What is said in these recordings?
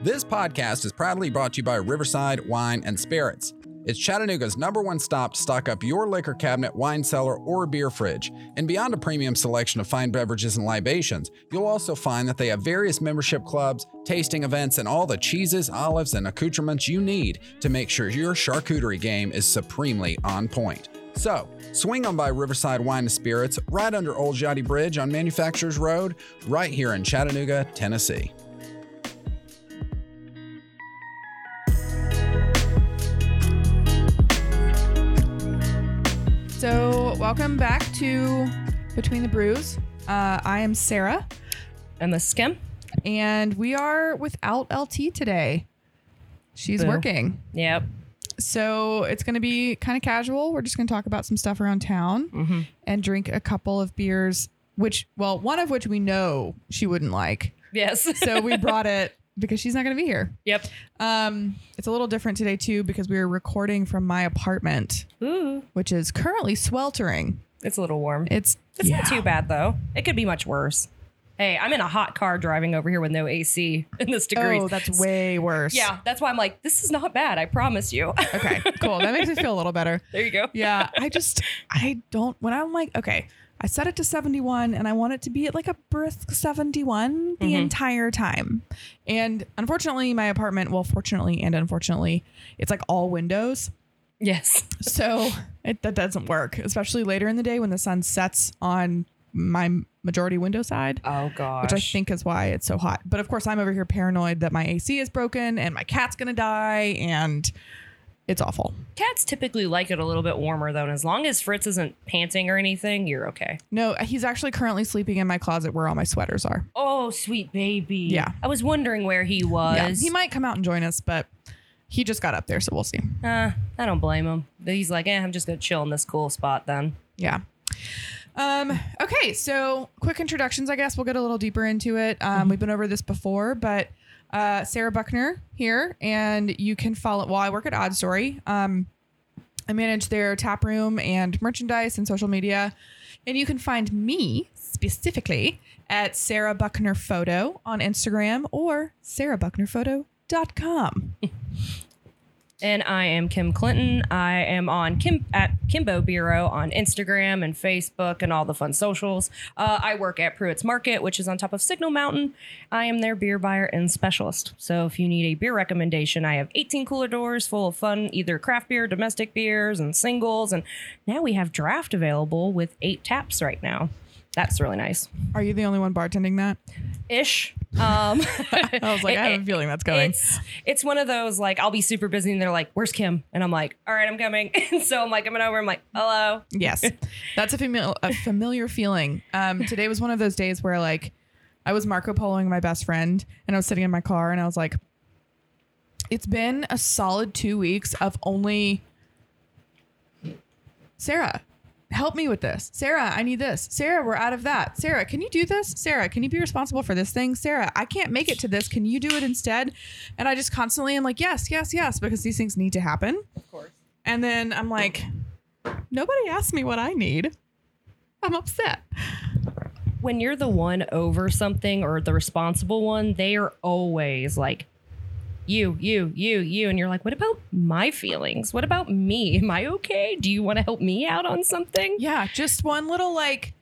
This podcast is proudly brought to you by Riverside Wine and Spirits. It's Chattanooga's number one stop to stock up your liquor cabinet, wine cellar, or beer fridge. And beyond a premium selection of fine beverages and libations, you'll also find that they have various membership clubs, tasting events, and all the cheeses, olives, and accoutrements you need to make sure your charcuterie game is supremely on point. So, swing on by Riverside Wine and Spirits right under Old Jotty Bridge on Manufacturers Road, right here in Chattanooga, Tennessee. So, welcome back to Between the Brews. Uh, I am Sarah, And the skim? and we are without LT today. She's Boo. working. Yep. So, it's going to be kind of casual. We're just going to talk about some stuff around town Mm-hmm. and drink a couple of beers, which, well, one of which we know she wouldn't like. Yes. So, we brought it because she's not going to be here. yep. Um, it's a little different today, too, because we are recording from my apartment, Ooh. which is currently sweltering. It's a little warm. It's, It's not too bad though. It could be much worse. Hey, I'm in a hot car driving over here with no AC in this degree. Oh, that's way worse. Yeah, that's why I'm like, this is not bad. I promise you. Okay, cool. That makes me feel a little better. there you go. Yeah, I just, I don't, when I'm like, okay, I set it to 71 and I want it to be at like a brisk 71 the Mhm. entire time. And unfortunately, my apartment, well, fortunately and unfortunately, it's like all windows. Yes. So it, that doesn't work, especially later in the day when the sun sets on my majority window side. Oh gosh. Which I think is why it's so hot. But of course, I'm over here paranoid that my AC is broken and my cat's gonna die, and it's awful. cats typically like it a little bit warmer though, and as long as Fritz isn't panting or anything, you're okay. No, he's actually currently sleeping in my closet where all my sweaters are. Oh, sweet baby. Yeah. I was wondering where he was. Yeah, he might come out and join us, but he just got up there, so we'll see. Uh, I don't blame him. He's like, eh, I'm just gonna chill in this cool spot then. Yeah. Um, okay, so quick introductions, I guess. We'll get a little deeper into it. Um, We've been over this before, but uh, Sarah Buckner here, and you can follow. Well, I work at Odd Story. Um, I manage their tap room and merchandise and social media. And you can find me specifically at Sarah Buckner Photo on Instagram or sarahbucknerphoto.com. And I am Kim Clinton. I am on Kim at Kimbo Bureau on Instagram and Facebook and all the fun socials. Uh, I work at Pruitt's Market, which is on top of Signal Mountain. I am their beer buyer and specialist. So if you need a beer recommendation, I have 18 cooler doors full of fun, either craft beer, domestic beers, and singles. And now we have draft available with eight taps right now. That's really nice. Are you the only one bartending that? Ish. Um, I was like, I have a feeling that's going. It's it's one of those like I'll be super busy and they're like, "Where's Kim?" and I'm like, "All right, I'm coming." And so I'm like, I'm over. I'm like, "Hello." Yes, that's a, fami- a familiar feeling. Um, today was one of those days where like I was Marco Poloing my best friend, and I was sitting in my car, and I was like, "It's been a solid two weeks of only Sarah." Help me with this. Sarah, I need this. Sarah, we're out of that. Sarah, can you do this? Sarah, can you be responsible for this thing? Sarah, I can't make it to this. Can you do it instead? And I just constantly am like, yes, yes, yes, because these things need to happen. Of course. And then I'm like, nobody asked me what I need. I'm upset. When you're the one over something or the responsible one, they are always like, "You, you, you, you," and you're like, "What about my feelings? What about me? Am I okay? Do you want to help me out on something?" Yeah, just one little like,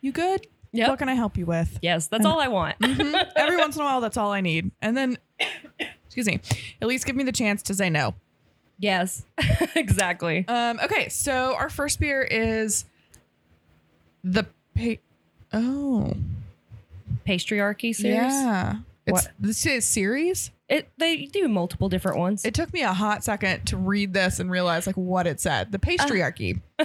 you good? Yep. Mm-hmm. What can I help you with? Yes, that's all I want. Mhm. Every once in a while, that's all I need. And then, excuse me, at least give me the chance to say no. yes, exactly. Um, okay, so our first beer is the pa- oh Pastryarchy series. yeah. It's, What? this is series. It they do multiple different ones. It took me a hot second to read this and realize like what it said. The pastryarchy. Uh.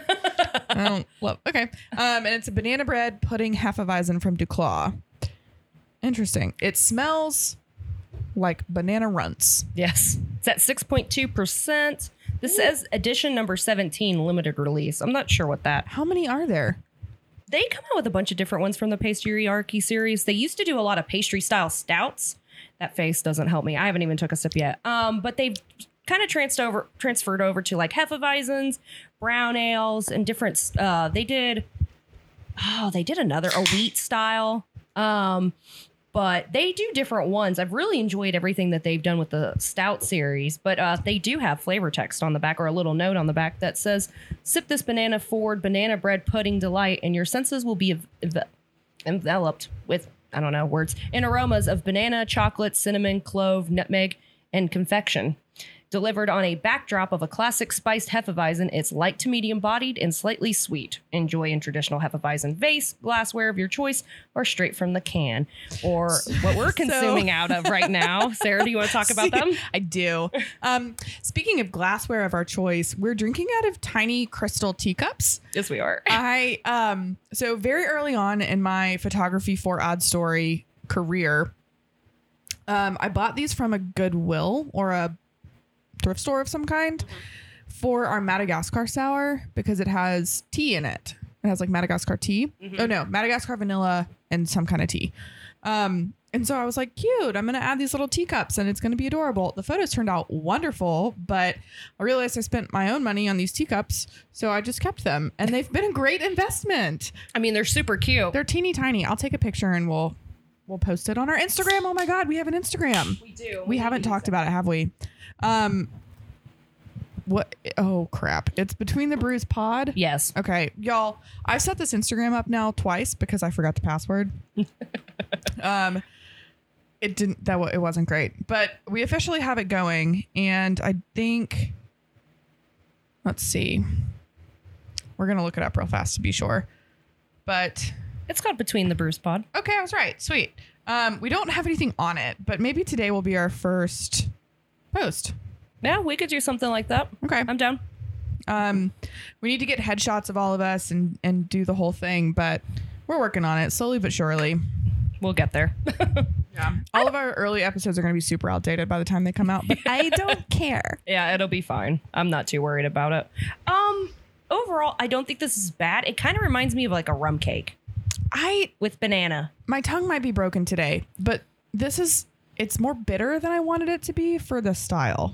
I don't love. Okay. Um, and it's a banana bread pudding hefeweizen from Duclaw. Interesting. It smells like banana runts. Yes. It's at 6.2%. This says edition number 17, limited release. I'm not sure what that. How many are there? They come out with a bunch of different ones from the pastryarchy series. They used to do a lot of pastry style stouts. That face doesn't help me. I haven't even took a sip yet. Um, but they've kind of transferred over transferred over to like Hefeweizens, brown ales, and different uh they did oh, they did another a wheat style. Um but they do different ones. I've really enjoyed everything that they've done with the stout series, but uh, they do have flavor text on the back or a little note on the back that says, "Sip this banana forward banana bread pudding delight, and your senses will be ev- ev- enveloped with I don't know words and aromas of banana, chocolate, cinnamon, clove, nutmeg, and confection." Delivered on a backdrop of a classic spiced Hefeweizen, it's light to medium bodied and slightly sweet. Enjoy in traditional Hefeweizen vase, glassware of your choice, or straight from the can. Or what we're consuming out of right now. Sarah, do you want to talk about them? I do. Um, speaking of glassware of our choice, we're drinking out of tiny crystal teacups. Yes, we are. I um so very early on in my photography for odd story career, um, I bought these from a Goodwill or a thrift store of some kind for our Madagascar sour because it has tea in it. It has like Madagascar tea. Oh no, Madagascar vanilla and some kind of tea. Um, and so I was like, cute, I'm gonna add these little teacups and it's gonna be adorable. The photos turned out wonderful, but I realized I spent my own money on these teacups, so I just kept them. And they've been a great investment. I mean, they're super cute. They're teeny tiny. I'll take a picture and we'll we'll post it on our Instagram. Oh my god, we have an Instagram. we do. We haven't talked about it, have we? Um what oh crap. It's between the brews pod. Yes. Okay, y'all, I've set this Instagram up now twice because I forgot the password. um, it didn't that wa- it wasn't great, but we officially have it going, and I think, let's see, we're gonna look it up real fast to be sure. But It's called Between the Bruce Pod. okay, I was right. Sweet. Um, we don't have anything on it, but maybe today will be our first post. Yeah, we could do something like that. Okay. I'm down. Um, we need to get headshots of all of us and and do the whole thing, but we're working on it slowly but surely. We'll get there. Yeah. All of our early episodes are going to be super outdated by the time they come out, but I don't care. Yeah, it'll be fine. I'm not too worried about it. Um, overall, I don't think this is bad. It kind of reminds me of like a rum cake I with banana. my tongue might be broken today, but this is it's more bitter than I wanted it to be for the style.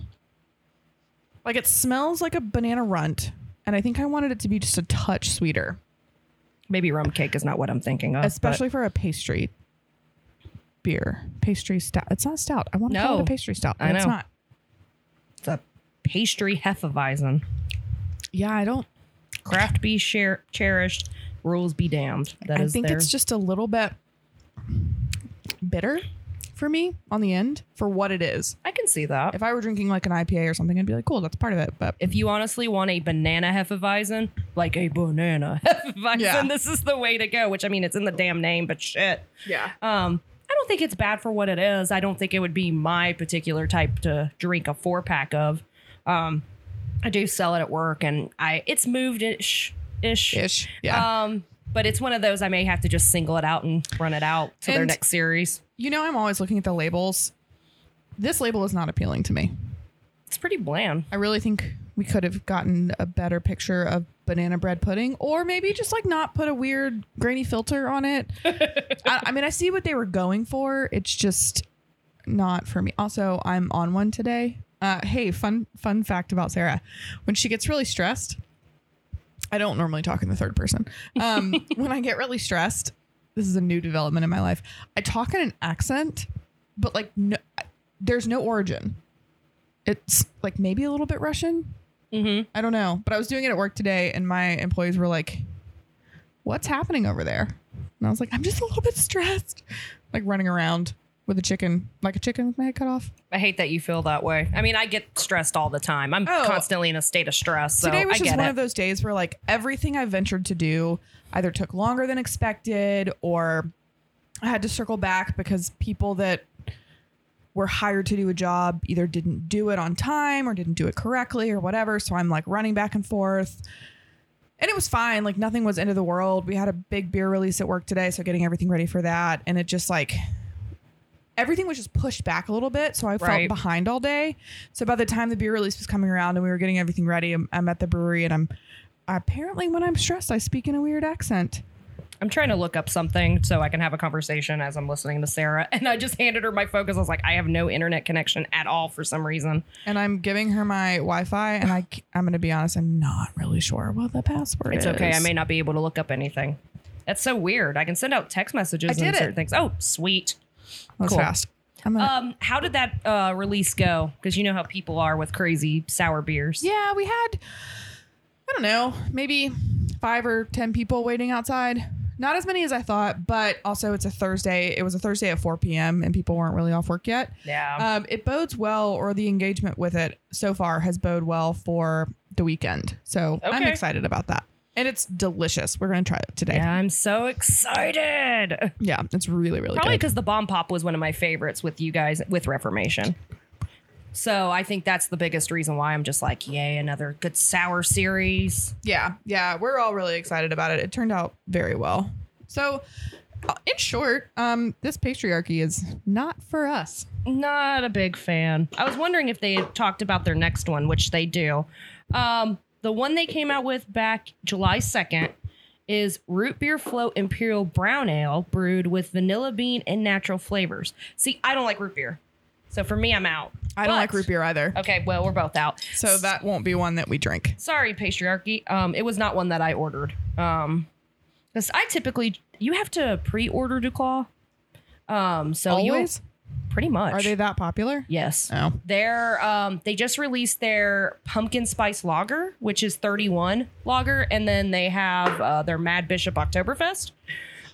Like it smells like a banana runt, and I think I wanted it to be just a touch sweeter, Maybe rum cake is not what I'm thinking of. but- especially for a pastry beer, pastry stout. It's not stout. I want to call it No. a pastry stout, but I it's know. not. It's a pastry hefeweizen. Yeah, I don't. Craft be share, cherished, rules be damned. That I is think their- it's just a little bit bitter for me on the end for what it is. I can see that. If, If I were drinking like an IPA or something, I'd be like, cool, that's part of it. But you honestly want a banana hefeweizen, like a banana hefeweizen, Yeah. this is the way to go. Which I mean, it's in the damn name, but shit. yeah, Um, I don't think it's bad for what it is. I don't think it would be my particular type to drink a four pack of. Um, I do sell it at work, and I it's moved ish ish. ish. Yeah. Um, but it's one of those I may have to just single it out and run it out to their And- next series. you know, I'm always looking at the labels. This label is not appealing to me. It's pretty bland. I really think we could have gotten a better picture of banana bread pudding, or maybe just like not put a weird grainy filter on it. I, I mean, I see what they were going for. It's just not for me. Also, I'm on one today. Uh, hey, fun fun fact about Sarah: when she gets really stressed, I don't normally talk in the third person. Um, when I get really stressed, this is a new development in my life. I talk in an accent, but like no, there's no origin. It's like maybe a little bit Russian. Mm-hmm. I don't know. But I was doing it at work today, and my employees were like, "What's happening over there?" And I was like, "I'm just a little bit stressed, like running around with a chicken, like a chicken with my head cut off." I hate that you feel that way. I mean, I get stressed all the time. I'm Oh. constantly in a state of stress, so today was I just get one it. of those days where like everything I ventured to do either took longer than expected or I had to circle back because people that were hired to do a job either didn't do it on time or didn't do it correctly or whatever. So I'm like running back and forth. And it was fine. Like nothing was end of the world. We had a big beer release at work today, so getting everything ready for that. And it just like everything was just pushed back a little bit. So I felt Right. behind all day. So by the time the beer release was coming around and we were getting everything ready, I'm, I'm at the brewery and I'm apparently when I'm stressed, I speak in a weird accent. I'm trying to look up something so I can have a conversation as I'm listening to Sarah. And I just handed her my phone because I was like, I have no internet connection at all for some reason. And I'm giving her my Wi-Fi, and I c- I'm gonna be honest, I'm not really sure what the password It's is. okay. I may not be able to look up anything. That's so weird. I can send out text messages I and did certain it. things. Oh, sweet. That was Cool. fast. I'm gonna, Um, how did that uh, release go? Because you know how people are with crazy sour beers. yeah, we had, I don't know, maybe five or 10 people waiting outside. Not as many as I thought, but also it's a Thursday. It was a Thursday at 4 p.m. and people weren't really off work yet. Yeah. Um, it bodes well, or the engagement with it so far has bode well for the weekend. So I'm Okay. excited about that. And it's delicious. We're going to try it today. yeah, I'm so excited. Yeah, it's really, really Probably good. because the bomb pop was one of my favorites with you guys with Reformation. So I think that's the biggest reason why I'm just like, yay, another good sour series. Yeah, yeah, we're all really excited about it. It turned out very well. So, uh, in short, um, this patriarchy is not for us. Not a big fan. I was wondering if they had talked about their next one, which they do. Um, the one they came out with back July 2nd is root beer float imperial brown ale brewed with vanilla bean and natural flavors. See, I don't like root beer. So for me, I'm out. I don't But- like root beer either, Okay, well, we're both out. so that won't be one that we drink. sorry patriarchy um it was not one that i ordered um because i typically you have to pre-order duclaw um so Always you pretty much are they that popular? yes No. they're um they just released their pumpkin spice lager which is 31 lager and then they have uh, their mad bishop oktoberfest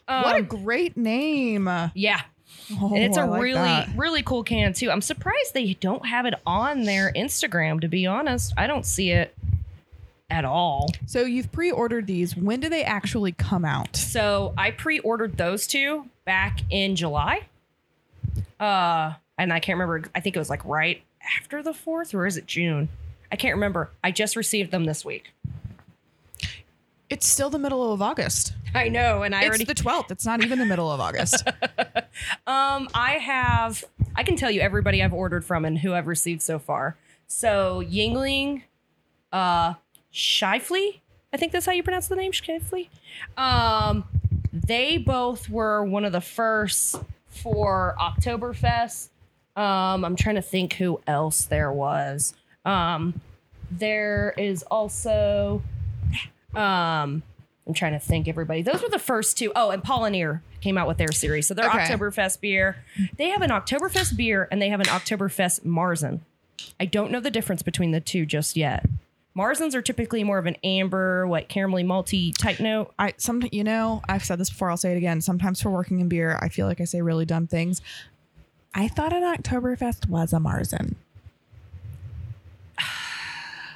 um, what a Oh, great name! Oh, yeah and it's a a really really cool can too i'm surprised they don't have it on their instagram to be honest i don't see it at all So you've pre-ordered these. When do they actually come out? So I pre-ordered those two back in July. Uh, and I can't remember. I think it was like right after the fourth, or is it June? I can't remember. I just received them this week. It's still the middle of August. I know, and I it's already. the 12th. It's not even the middle of August. um, I have. I can tell you everybody I've ordered from and who I've received so far. So Yingling, uh, Shifley. I think that's how you pronounce the name, Shifley. Um, they both were one of the first for Oktoberfest. Um, I'm trying to think who else there was. Um, there is also, um, I'm trying to think everybody. Those were the first two. Oh, and Pollineer came out with their series. So their Okay. Oktoberfest beer. They have an Oktoberfest beer and they have an Oktoberfest Marzen. I don't know the difference between the two just yet. Marzens are typically more of an amber, what caramelly malty type note. I some you know I've said this before. I'll say it again. Sometimes for working in beer, I feel like I say really dumb things. I thought an Oktoberfest was a Marzen.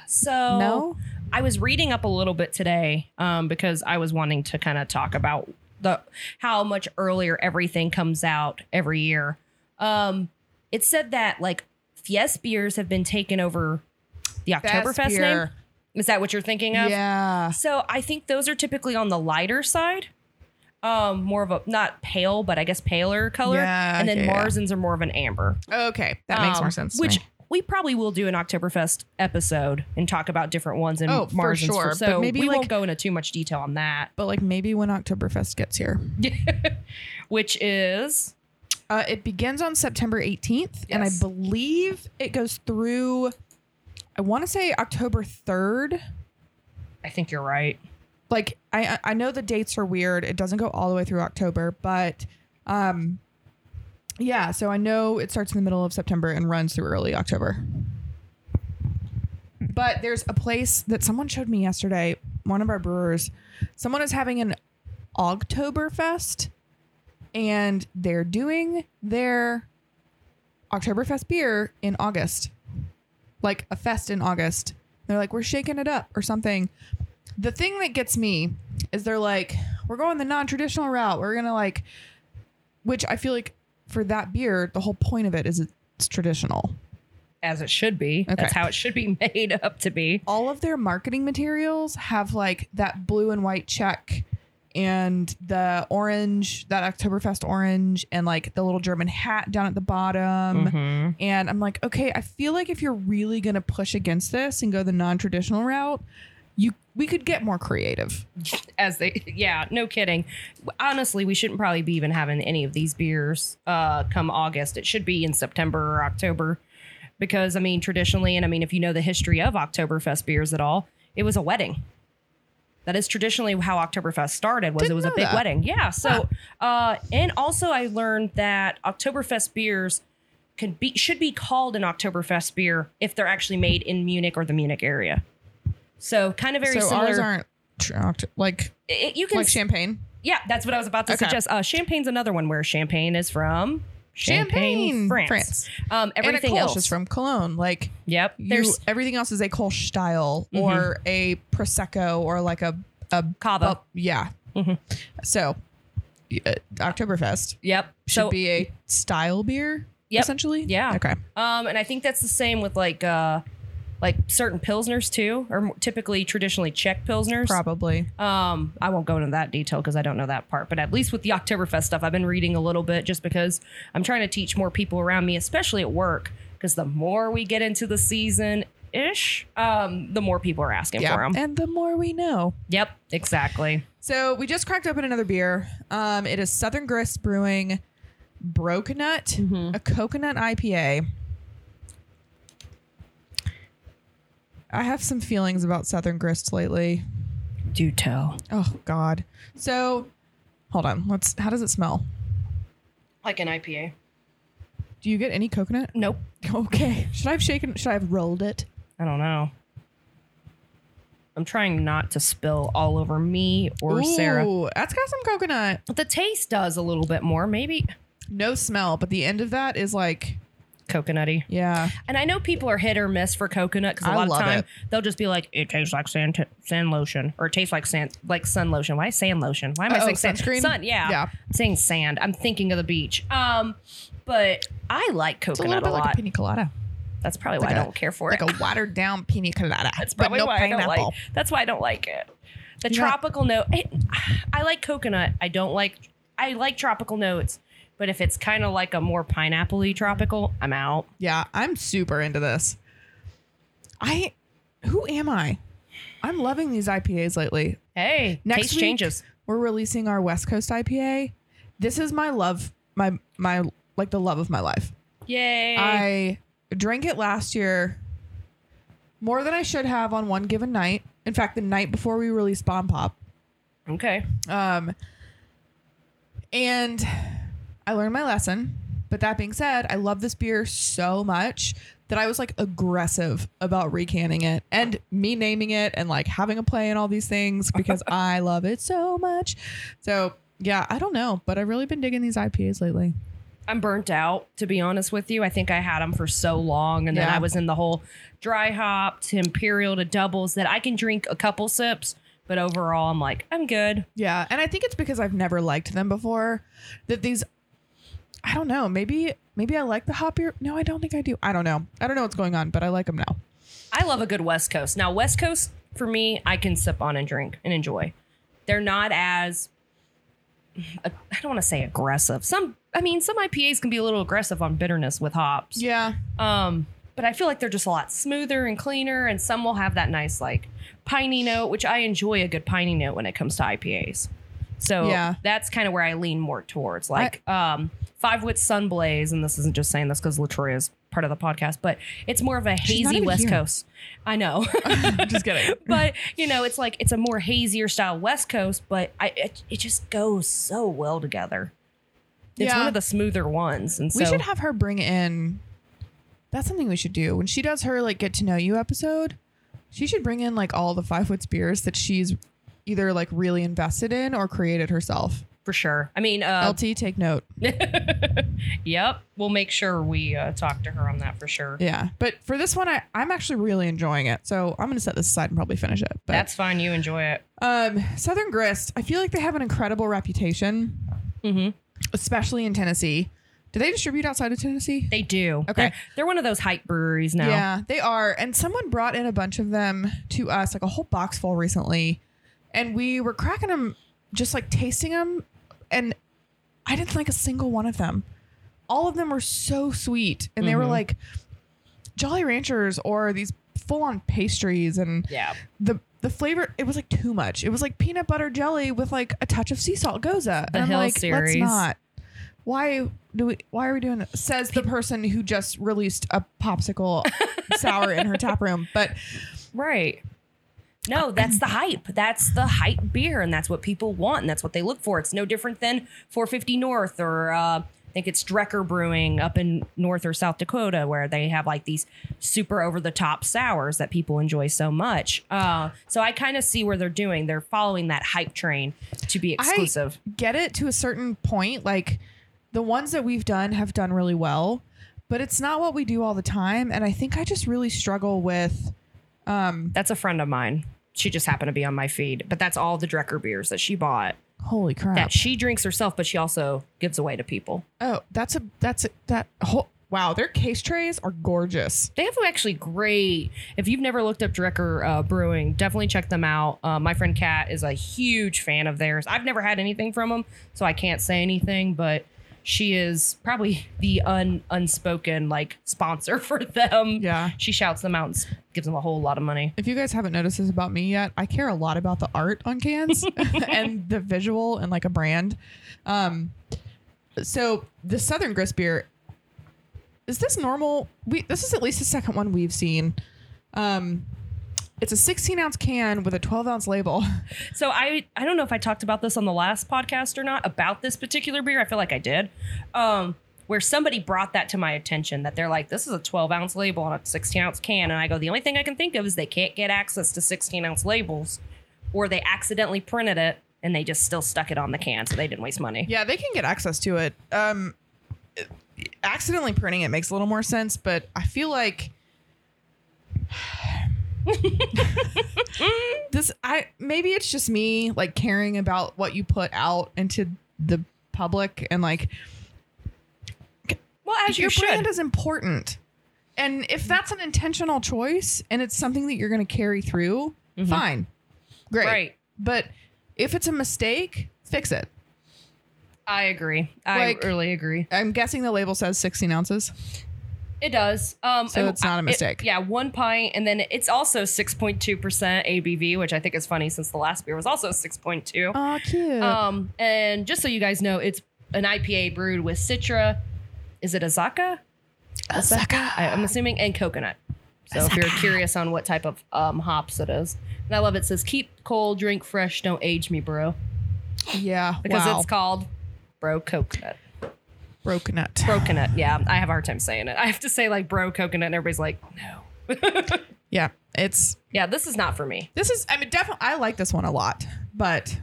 So No? I was reading up a little bit today um, because I was wanting to kind of talk about the how much earlier everything comes out every year. Um, it said that like Fies beers have been taken over the Oktoberfest name. Is that what you're thinking of? Yeah. So I think those are typically on the lighter side. Um, more of a not pale, but I guess paler color. Yeah, and then yeah, yeah. Marzens are more of an amber. Okay, that makes Um, more sense. to Which me. we probably will do an Oktoberfest episode and talk about different ones and Oh, for Marzens. sure, but So maybe, we like- won't go into too much detail on that. but like maybe when Oktoberfest gets here, Which is uh, it begins on September 18th, and I Yes. believe it goes through. I want to say October 3rd. I think you're right. like I I- I know the dates are weird. It doesn't go all the way through October, but um yeah, so I know it starts in the middle of September and runs through early October. But there's a place that someone showed me yesterday, one of our brewers. Someone is having an Oktoberfest and they're doing their Oktoberfest beer in August. Like a fest in August. They're like, we're shaking it up or something the thing that gets me is they're like, we're going the non-traditional route. We're gonna like, which I feel like for that beer, the whole point of it is it's traditional. As it should be. Okay. That's how it should be made up to be. All of their marketing materials have like that blue and white check and the orange, that Oktoberfest orange, and like the little German hat down at the bottom. Mhm. And I'm like, okay, I feel like if you're really gonna push against this and go the non-traditional route, you we could get more creative. As they yeah, no kidding. Honestly, we shouldn't probably be even having any of these beers uh come August. It should be in September or October. Because I mean, traditionally, and I mean if you know the history of Oktoberfest beers at all, it was a wedding. That is traditionally how Oktoberfest started. Was Didn't it was a know big that. wedding? Yeah. So, uh, and also I learned that Oktoberfest beers can be should be called an Oktoberfest beer if they're actually made in Munich or the Munich area. So kind of very so similar. ours aren't tr- oct- like It- you can like champagne. yeah, that's what I was about to Okay. suggest. Uh, Champagne's another one where champagne is from Champagne, France. France. Um, everything and a Kolsch else is from Cologne. Like Yep. you, There's Mm-hmm. everything else is a Kolsch style or a prosecco or like a a Cava. well, yeah. Mm-hmm. So y- uh, Oktoberfest yep. should So be a style beer Yep. essentially. Yeah. Okay. Um, and I think that's the same with like uh, like certain pilsners too, or more- typically traditionally Czech pilsners. Probably. Um, I won't go into that detail because I don't know that part, but at least with the Oktoberfest stuff, I've been reading a little bit just because I'm trying to teach more people around me, especially at work, because the more we get into the season ish, um, the more people are asking for 'em. for them. And the more we know. Yep, exactly. So we just cracked open another beer. Um, it is Southern Grist Brewing Brokenut, Mm-hmm. a coconut IPA. I have some feelings about Southern Grist lately. Do tell. Oh God. So hold on. Let's. How does it smell? Like an IPA. Do you get any coconut? Nope. Okay. Should I have shaken? Should I have rolled it? I don't know. I'm trying not to spill all over me or Sarah. Ooh, that's got some coconut. But the taste does a little bit more, maybe No smell, but the end of that is like, coconutty. yeah. And I know people are hit or miss for coconut because a I lot of love time it. they'll just be like, "It tastes like sand, sand lotion," or "It tastes like sand, like sun lotion." Why sand lotion? Why am I Uh-oh, saying sand? Oh, sunscreen? Sun, yeah. Yeah. I'm saying sand. I'm thinking of the beach. Um, but I like It's a little coconut bit a, lot. like a pina colada. That's probably like why I I a- don't care for like it. a watered down pina colada. That's probably but no why pineapple. I don't like. That's why I don't like it. The You like- tropical note. It, I like coconut. I don't like. I like tropical notes, but if it's kind of like a more pineapple-y tropical, I'm out. Yeah, I'm super into this. I, who am I? I'm loving these IPAs lately. Hey, Next taste week, changes. We're releasing our West Coast IPA. This is my love, my my like the love of my life. Yay! I drank it last year more than I should have on one given night. In fact, the night before we released Bomb Pop, okay. Um, and I learned my lesson. But that being said, I love this beer so much that I was like aggressive about recanning it and me naming it and like having a play and all these things because I love it so much. So yeah, I don't know, but I've really been digging these IPAs lately. I'm burnt out, to be honest with you. I think I had them for so long. And then Yeah. I was in the whole dry hop to imperial to doubles that I can drink a couple sips, but overall, I'm like, I'm good. Yeah, and I think it's because I've never liked them before that these I don't know, maybe maybe I like the hop beer. No, I don't think I do. I don't know. I don't know what's going on, but I like them now. I love a good West Coast. Now, West Coast, for me, I can sip on and drink and enjoy. They're not as, I don't want to say aggressive. Some, I mean, some IPAs can be a little aggressive on bitterness with hops. Yeah. Um, but I feel like they're just a lot smoother and cleaner, and some will have that nice like piney note, which I enjoy a good piney note when it comes to IPAs. So Yeah. that's kind of where I lean more towards, like um, Five Wit Sunblaze, and this isn't just saying this because Latoya is part of the podcast, but it's more of a She's not hazy even West here. Coast. I know, Just kidding. but you know, it's like it's a more hazier style West Coast, but I it, it just goes so well together. It's Yeah. one of the smoother ones, and so We should have her bring in. That's something we should do when she does her like get to know you episode. She should bring in like all the five foot beers that she's either like really invested in or created herself. for sure. I mean, uh, LT, take note. Yep. We'll make sure we uh, talk to her on that for sure. Yeah, but for this one, I I'm actually really enjoying it, so I'm gonna set this aside and probably finish it. But That's fine. You enjoy it. um, Southern Grist. I feel like they have an incredible reputation, Mhm. especially in Tennessee. Do they distribute outside of Tennessee? They do. Okay. They're, they're one of those hype breweries now. Yeah, they are. And someone brought in a bunch of them to us, like a whole box full recently. And we were cracking them, just like tasting them. And I didn't like a single one of them. All of them were so sweet. And they were like Jolly Ranchers or these full on pastries. And Yeah. the, the flavor, it was like too much. It was like peanut butter jelly with like a touch of sea salt goza. The and I'm Hill like, series. let's not. Why do we? Why are we doing this? Says the person who just released a popsicle sour in her tap room. But Right. No, that's the hype. That's the hype beer, and that's what people want, and that's what they look for. It's no different than 450 North or uh, I think it's Drecker Brewing up in North or South Dakota, where they have like these super over the top sours that people enjoy so much. Uh, so I kind of see where they're doing. They're following that hype train to be exclusive. get it to a certain point. Like the ones that we've done have done really well, but it's not what we do all the time. And I think I just really struggle with. That's a friend of mine. She just happened to be on my feed, but that's all the Drecker beers that she bought Holy crap! that she drinks herself, but she also gives away to people. oh, that's a that's a, that whole wow. Their case trays are gorgeous. They have actually great. If you've never looked up Drecker uh, Brewing, definitely check them out. Uh, my friend Kat is a huge fan of theirs. I've never had anything from them, so I can't say anything. But she is probably the un unspoken like sponsor for them. Yeah. she shouts them out and s- gives them a whole lot of money. If you guys haven't noticed this about me yet, I care a lot about the art on cans and the visual and like a brand. Um, so the Southern Grist beer is this normal? We this is at least the second one we've seen. Um, it's a 16 ounce can with a 12 ounce label. So I I don't know if I talked about this on the last podcast or not about this particular beer. I feel like I did. Um, where somebody brought that to my attention that they're like, this is a 12 ounce label on a 16 ounce can, and I go, the only thing I can think of is they can't get access to 16 ounce labels, or they accidentally printed it and they just still stuck it on the can, so they didn't waste money. Yeah, they can get access to it. Um, accidentally printing it makes a little more sense, but I feel like this. I maybe it's just me like caring about what you put out into the public and like Well, as you your brand should. is important. And if that's an intentional choice and it's something that you're going to carry through, fine, great. Mm-hmm. Right. But if it's a mistake, fix it. I agree. I Like- really agree. I'm guessing the label says 16 ounces. It does. Um, So and it's not a it- mistake. yeah, one pint, and then it's also six point two percent ABV, which I think is funny since the last beer was also six point two. Oh, cute. Um, and just so you guys know, it's an IPA brewed with Citra. Is it Azaka? Osaka. I, I'm assuming, and coconut. So if you're curious on what type of um, hops it is, and I love it. it says keep cold, drink fresh, don't age me, bro, Yeah, because wow. it's called bro coconut. broken nut. Bro coconut. Yeah, I have a hard time saying it. I have to say like bro coconut, and everybody's like, no. Yeah, it's Yeah, this is not for me. this is. I mean, definitely, I like this one a lot, but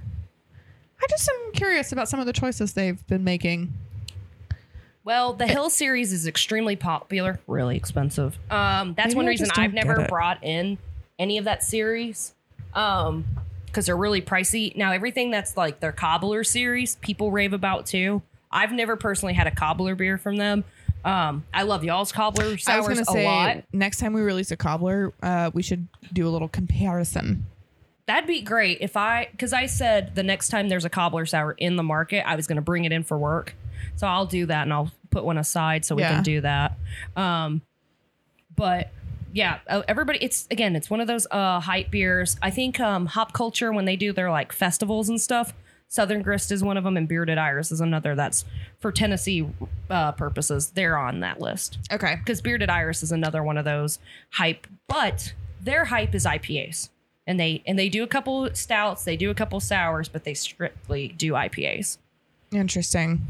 I just am curious about some of the choices they've been making. Well, the Hill series is extremely popular, really expensive. Um, that's Maybe one I reason just I've don't never get it. brought in any of that series um, because they're really pricey. Now, everything that's like their cobbler series, people rave about too. I've never personally had a cobbler beer from them. Um, I love y'all's cobbler I was sours gonna a say lot. next time we release a cobbler, uh, we should do a little comparison. That'd be great if I, because I said the next time there's a cobbler sour in the market, I was going to bring it in for work. So I'll do that and I'll put one aside so we Yeah. can do that. Um, but yeah, uh, everybody, it's again, it's one of those uh, hype beers. I think um, Hop Culture, when they do their like festivals and stuff, Southern Grist is one of them and Bearded Iris is another that's for Tennessee uh, purposes. They're on that list Okay. because Bearded Iris is another one of those hype, but their hype is IPAs. And they and they do a couple stouts, they do a couple sours, but they strictly do IPAs. Interesting.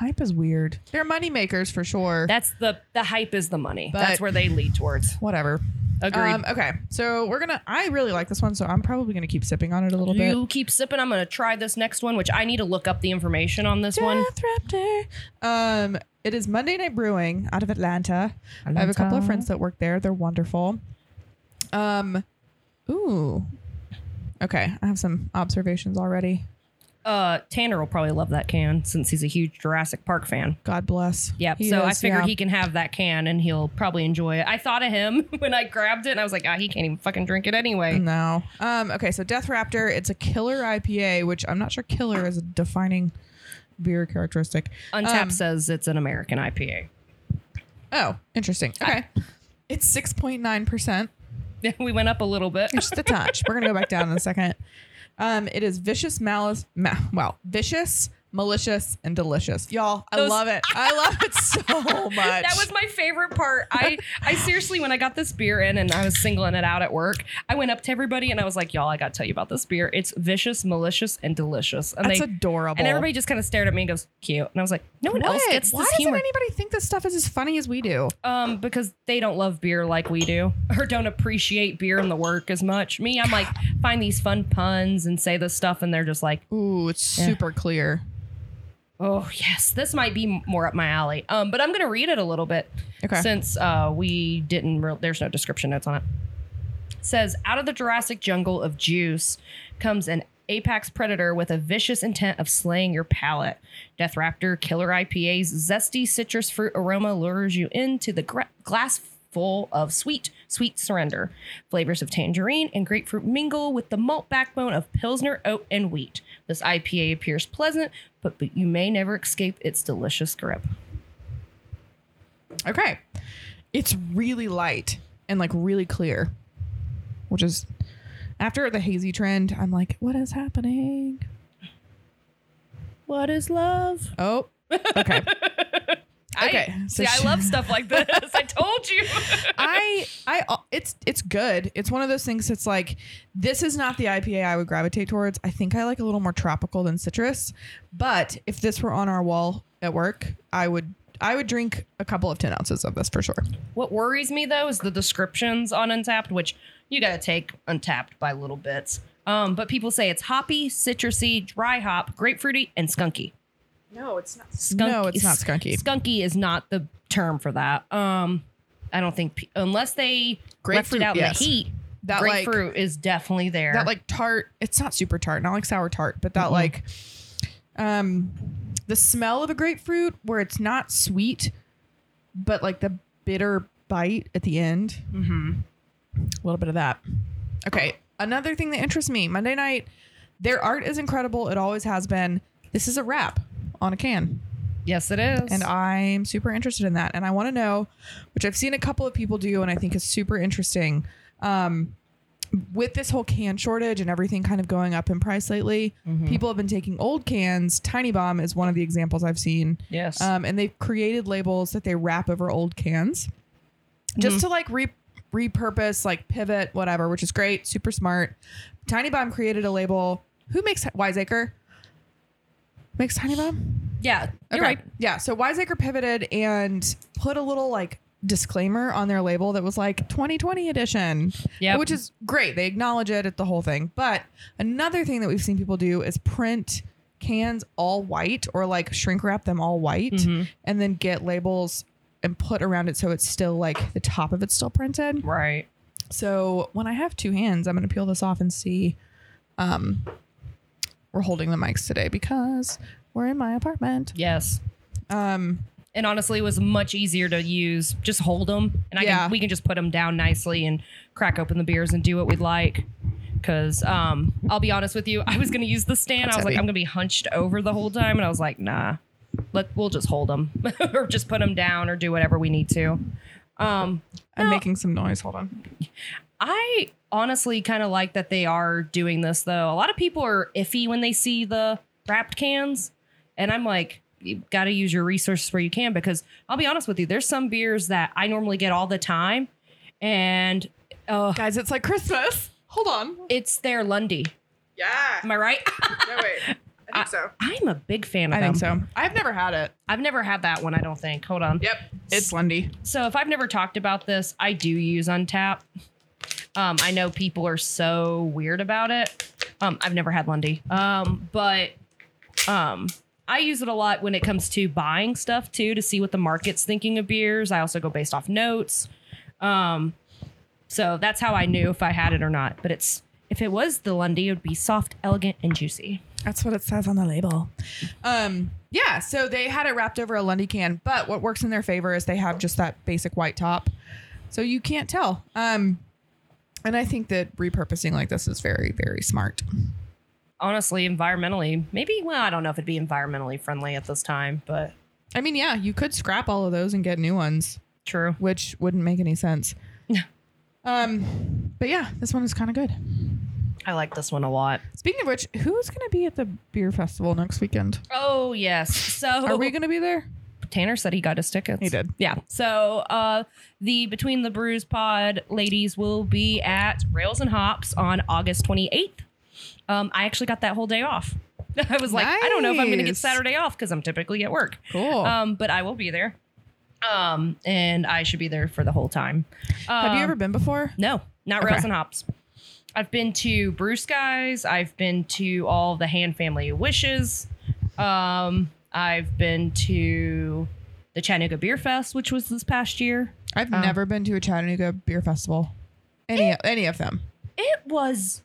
Hype is weird. They're money makers for sure. That's the the hype is the money. But- That's where they lead towards. Whatever. Agreed. Um, okay, so we're gonna. I really like this one, so I'm probably gonna keep sipping on it a little bit. you keep sipping. I'm gonna try this next one, which I need to look up the information on this one. Death Raptor. Um, it is Monday Night Brewing out of Atlanta. I have a couple of Atlanta. friends that work there. They're wonderful. Um, ooh. Okay, I have some observations already. Uh, Tanner will probably love that can since he's a huge Jurassic Park fan. God bless. Yep. He so I is, figure yeah. he can have that can and he'll probably enjoy it. I thought of him when I grabbed it and I was like, ah, he can't even fucking drink it anyway. No. Um, okay, so Death Raptor, it's a killer IPA, which I'm not sure killer is a defining beer characteristic. Untapped Um, says it's an American IPA. Oh, interesting. Okay. it's 6.9%. we went up a little bit. just a touch. We're gonna go back down in a second. Um, it is vicious malice. Ma- well, vicious malicious and delicious. Y'all, I Those- love it. I love it so much. That was my favorite part. I, I seriously, when I got this beer in and I was singling it out at work, I went up to everybody and I was like, "Y'all, I gotta tell you about this beer. It's vicious, malicious, and delicious." And That's they, adorable. and everybody just kind of stared at me and goes, "Cute." And I was like, "No one else What? gets Why this doesn't humor." anybody think this stuff is as funny as we do? um, because they don't love beer like we do, or don't appreciate beer in the work as much. Me, I'm like, find these fun puns and say this stuff, and they're just like, Ooh, it's Yeah. super clear. "Oh yes, this might be m- more up my alley." Um, but I'm gonna read it a little bit. Okay. Since uh, we didn't, re- there's no description notes on it. It Says out of the Jurassic jungle of juice comes an apex predator with a vicious intent of slaying your palate. Death Raptor Killer IPA's zesty citrus fruit aroma lures you into the gra- glass full of sweet, sweet surrender. Flavors of tangerine and grapefruit mingle with the malt backbone of Pilsner oat and wheat. This IPA appears pleasant, but, but you may never escape its delicious grip. Okay. It's really light and like really clear, which is after the hazy trend. I'm like, what is happening? What is love? Oh, okay. Okay, I, so see, I she- love stuff like this. I told you. I, I, uh, it's, it's good. It's one of those things that's like, this is not the IPA I would gravitate towards. I think I like a little more tropical than citrus, but if this were on our wall at work, I would, I would drink a couple of 10 ounces of this for sure. What worries me though is the descriptions on Untapped, which you gotta take Untapped by little bits. Um, but people say it's hoppy, citrusy, dry hop, grapefruity, and skunky. No, it's not. Skunk- no, it's not skunky. Skunky is not the term for that. Um, I don't think pe- unless they left Grapefruit, it out yes. in the heat. That, like- grapefruit is definitely there. that like tart it's not super tart not like sour tart but that like um the smell of a grapefruit where it's not sweet but like the bitter bite at the end mm-hmm. a little bit of that okay another thing that interests me monday night their art is incredible it always has been this is a wrap on a can yes, it is. and uh, I'm super interested in that. And I want to know, which I've seen a couple of people do, and I think is super interesting. Um, with this whole can shortage and everything kind of going up in price lately, Mm-hmm. people have been taking old cans. Tiny Bomb is one of the examples I've seen. yes, Um, and they've created labels that they wrap over old cans Mm-hmm. just to like re- repurpose, like pivot, whatever, which is great, super smart. Tiny Bomb created a label. Who makes Wiseacre? Makes Tiny Bomb? yeah, you're Okay. right. Yeah. So Wiseacre pivoted and put a little like disclaimer on their label that was like 2020 edition. Yep. Which is great. They acknowledge it at the whole thing. But another thing that we've seen people do is print cans all white or like shrink wrap them all white and then get labels and put around it so it's still like the top of it's still printed. Right. So when I have two hands, I'm gonna peel this off and see. Um, we're holding the mics today because we're in my apartment. Yes. Um, and honestly it was much easier to use just hold them and i Yeah. can we can just put them down nicely and crack open the beers and do what we'd like because um i'll be honest with you i was gonna use the stand That's i was heavy. like i'm gonna be hunched over the whole time and i was like nah let we'll just hold them or just put them down or do whatever we need to um I'm No. making some noise. Hold on. I honestly kind of like that they are doing this though. A lot of people are iffy when they see the wrapped cans, and I'm like, you got to use your resources where you can because I'll be honest with you, there's some beers that I normally get all the time, and uh, Guys, it's like Christmas. Hold on. it's their Lundy. Yeah. Am I right? No, wait. I think so. I'm a big fan of I them. think so. I've never had it. I've never had that one. I don't think. Hold on. Yep. It's Lundy. So if I've never talked about this, I do use Untap. Um, I know people are so weird about it. Um, I've never had Lundy, um, but um, I use it a lot when it comes to buying stuff too to see what the market's thinking of beers. I also go based off notes. Um, so that's how I knew if I had it or not. But it's if it was the Lundy, it would be soft, elegant, and juicy. That's what it says on the label. Um, yeah, so they had it wrapped over a Lundy can, but what works in their favor is they have just that basic white top. So you can't tell. Um, and I think that repurposing like this is very, very smart. Honestly, environmentally, maybe well, I don't know if it'd be environmentally friendly at this time, but I mean, yeah, you could scrap all of those and get new ones, true. which wouldn't make any sense. um, but yeah, this one is kind of good. I like this one a lot. Speaking of which, who's going to be at the beer festival next weekend? Oh yes. So Are we going to be there? Tanner said he got his tickets. He did. Yeah. So uh, the Between the Brews pod ladies will be at Rails and Hops on August 28th. Um, I actually got that whole day off. I was like, I don't know if I'm going to get Nice. Saturday off because I'm typically at work. Cool. Um, but I will be there. Um, and I should be there for the whole time. Have you Um, ever been before? no, not Okay. Rails and Hops. I've been to Bruce Guys. I've been to all the Hand Family Wishes. Um, I've been to the Chattanooga Beer Fest, which was this past year. I've Oh. never been to a Chattanooga beer festival. Any any of them. It was.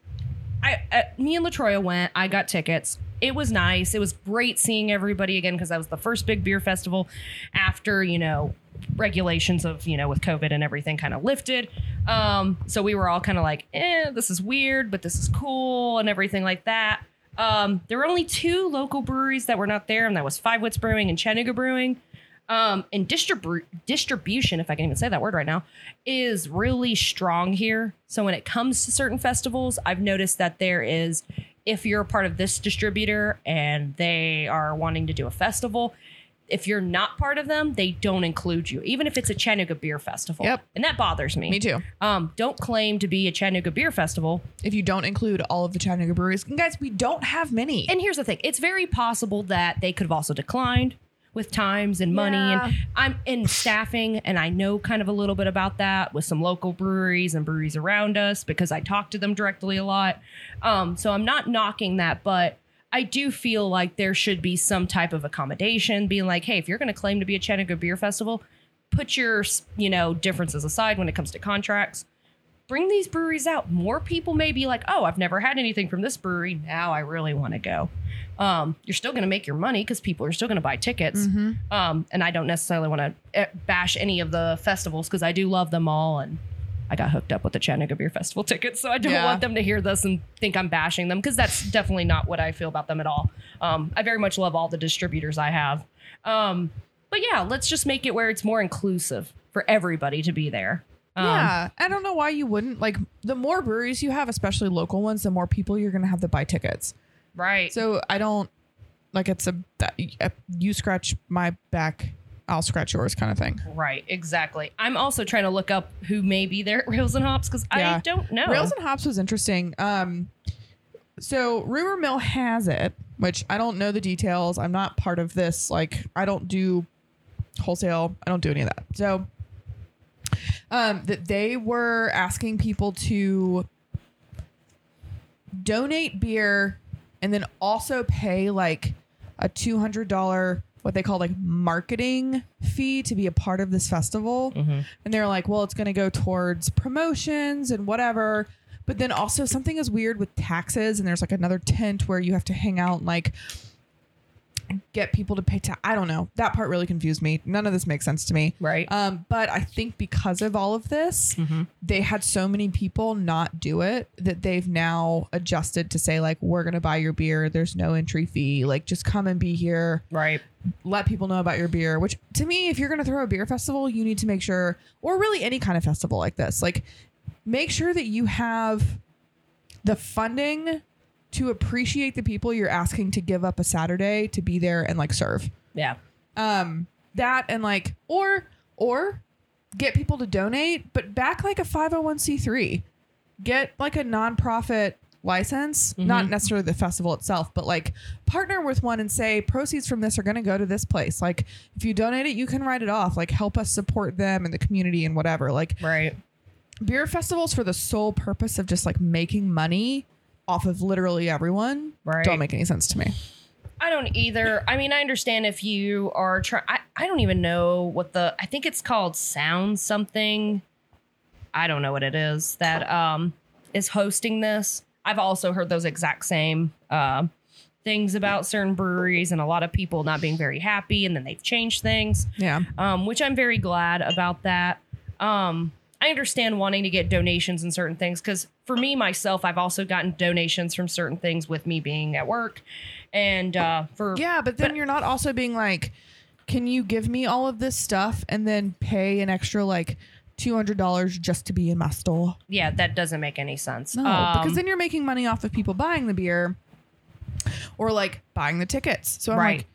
I, I me and Latroya went. I got tickets. It was nice. It was great seeing everybody again because that was the first big beer festival after you know regulations of you know with COVID and everything kind of lifted. Um, so we were all kind of like, eh, this is weird, but this is cool and everything like that. Um, there were only two local breweries that were not there, and that was Five Wits Brewing and Chattanooga Brewing. Um, and distribu- distribution, if I can even say that word right now, is really strong here. So when it comes to certain festivals, I've noticed that there is, if you're a part of this distributor and they are wanting to do a festival, if you're not part of them, they don't include you, even if it's a Chattanooga Beer Festival. Yep. And that bothers me. Me too. Um, don't claim to be a Chattanooga Beer Festival If you don't include all of the Chattanooga breweries, and guys, we don't have many. and here's the thing it's very possible that they could have also declined with times and money and i'm in staffing and i know kind of a little bit about that with some local breweries and breweries around us because i talk to them directly a lot um, so i'm not knocking that but i do feel like there should be some type of accommodation being like hey if you're going to claim to be a chattanooga beer festival put your you know differences aside when it comes to contracts bring these breweries out. More people may be like, oh, I've never had anything from this brewery. Now I really want to go. Um, you're still going to make your money because people are still going to buy tickets. Mm-hmm. Um, and I don't necessarily want to bash any of the festivals because I do love them all. And I got hooked up with the Chattanooga Beer Festival tickets. So I don't Yeah. want them to hear this and think I'm bashing them because that's definitely not what I feel about them at all. Um, I very much love all the distributors I have. Um, but yeah, let's just make it where it's more inclusive for everybody to be there. Um, yeah, I don't know why you wouldn't. Like, the more breweries you have, especially local ones, the more people you're going to have to buy tickets. Right. So I don't like it's a that- uh, you scratch my back, I'll scratch yours kind of thing. Right, exactly. I'm also trying to look up who may be there at Rails and Hops because I Yeah. don't know. Rails and Hops was interesting. Um, so rumor mill has it, which I don't know the details. I'm not part of this. Like I don't do wholesale. I don't do any of that. So, um, that they were asking people to donate beer and then also pay like a two hundred dollar what they call like marketing fee to be a part of this festival. And they're like, well, it's going to go towards promotions and whatever. But then also something is weird with taxes, and there's like another tent where you have to hang out and like get people to pay tax. I don't know. That part really confused me. None of this makes sense to me. Right. Um, but I think because of all of this, they had so many people not do it that they've now adjusted to say, like, we're going to buy your beer. There's no entry fee. Like, just come and be here right. let people know about your beer which to me if you're going to throw a beer festival you need to make sure or really any kind of festival like this like make sure that you have the funding to appreciate the people you're asking to give up a saturday to be there and like serve Yeah. um that and like or or get people to donate but back like a 501c3 get like a nonprofit license not necessarily the festival itself but like partner with one and say proceeds from this are going to go to this place like if you donate it you can write it off like help us support them and the community and whatever like Right. beer festivals for the sole purpose of just like making money off of literally everyone Right. don't make any sense to me I don't either. I mean, I understand if you are trying. I don't even know what the. I think it's called Sound Something. I don't know what it is that um is hosting this. I've also heard those exact same uh, things about certain breweries and a lot of people not being very happy, and then they've changed things. yeah um, which I'm very glad about that. Um, I understand wanting to get donations and certain things because for me myself, I've also gotten donations from certain things with me being at work, and uh, for Yeah, but then you're not also being like, can you give me all of this stuff and then pay an extra like $200 just to be in my store. Yeah, that doesn't make any sense. No, Um, because then you're making money off of people buying the beer or like buying the tickets. So I'm right. like,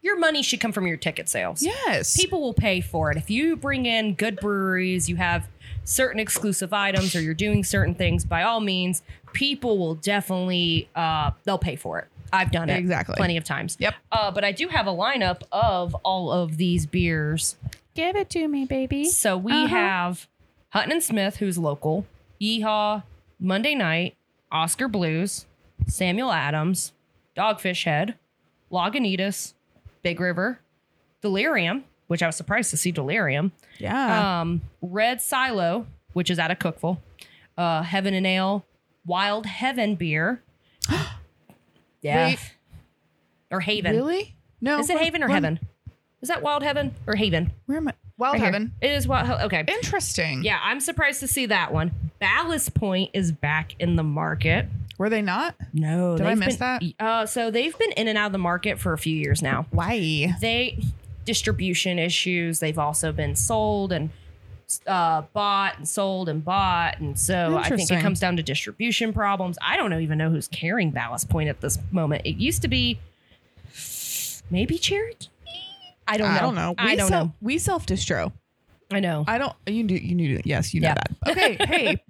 your money should come from your ticket sales. yes. People will pay for it. If you bring in good breweries, you have certain exclusive items, or you're doing certain things, by all means, people will definitely uh, they'll pay for it. I've done it Exactly. plenty of times. Yep. Uh, but I do have a lineup of all of these beers. Give it to me, baby. So we Uh-huh. have Hutton and Smith, who's local, Yeehaw, Monday Night, Oscar Blues, Samuel Adams, Dogfish Head, Lagunitas, Big River, Delirium, which I was surprised to see Delirium, Yeah. um, Red Silo, which is out of Cookville, uh, Heaven and Ale, Wild Heaven Beer. yeah. Wait. Or Haven. Really? No. Is it where- Haven or where- Heaven? Is that Wild Heaven or Haven? Where am I? Wild Right here. Heaven. It is Wild Heaven. Okay. Interesting. Yeah, I'm surprised to see that one. Ballast Point is back in the market. Were they not? No, Did I they've miss been- Uh, so they've been in and out of the market for a few years now. Why? They distribution issues. They've also been sold and uh, bought and sold and bought, and so I think Interesting. it comes down to distribution problems. I don't know- even know who's carrying Ballast Point at this moment. It used to be maybe Cherokee. I don't know. I don't know. I We don't sel- know. We self distro. I know. I don't. You do. You knew. Yes, you know Yeah. that. Okay.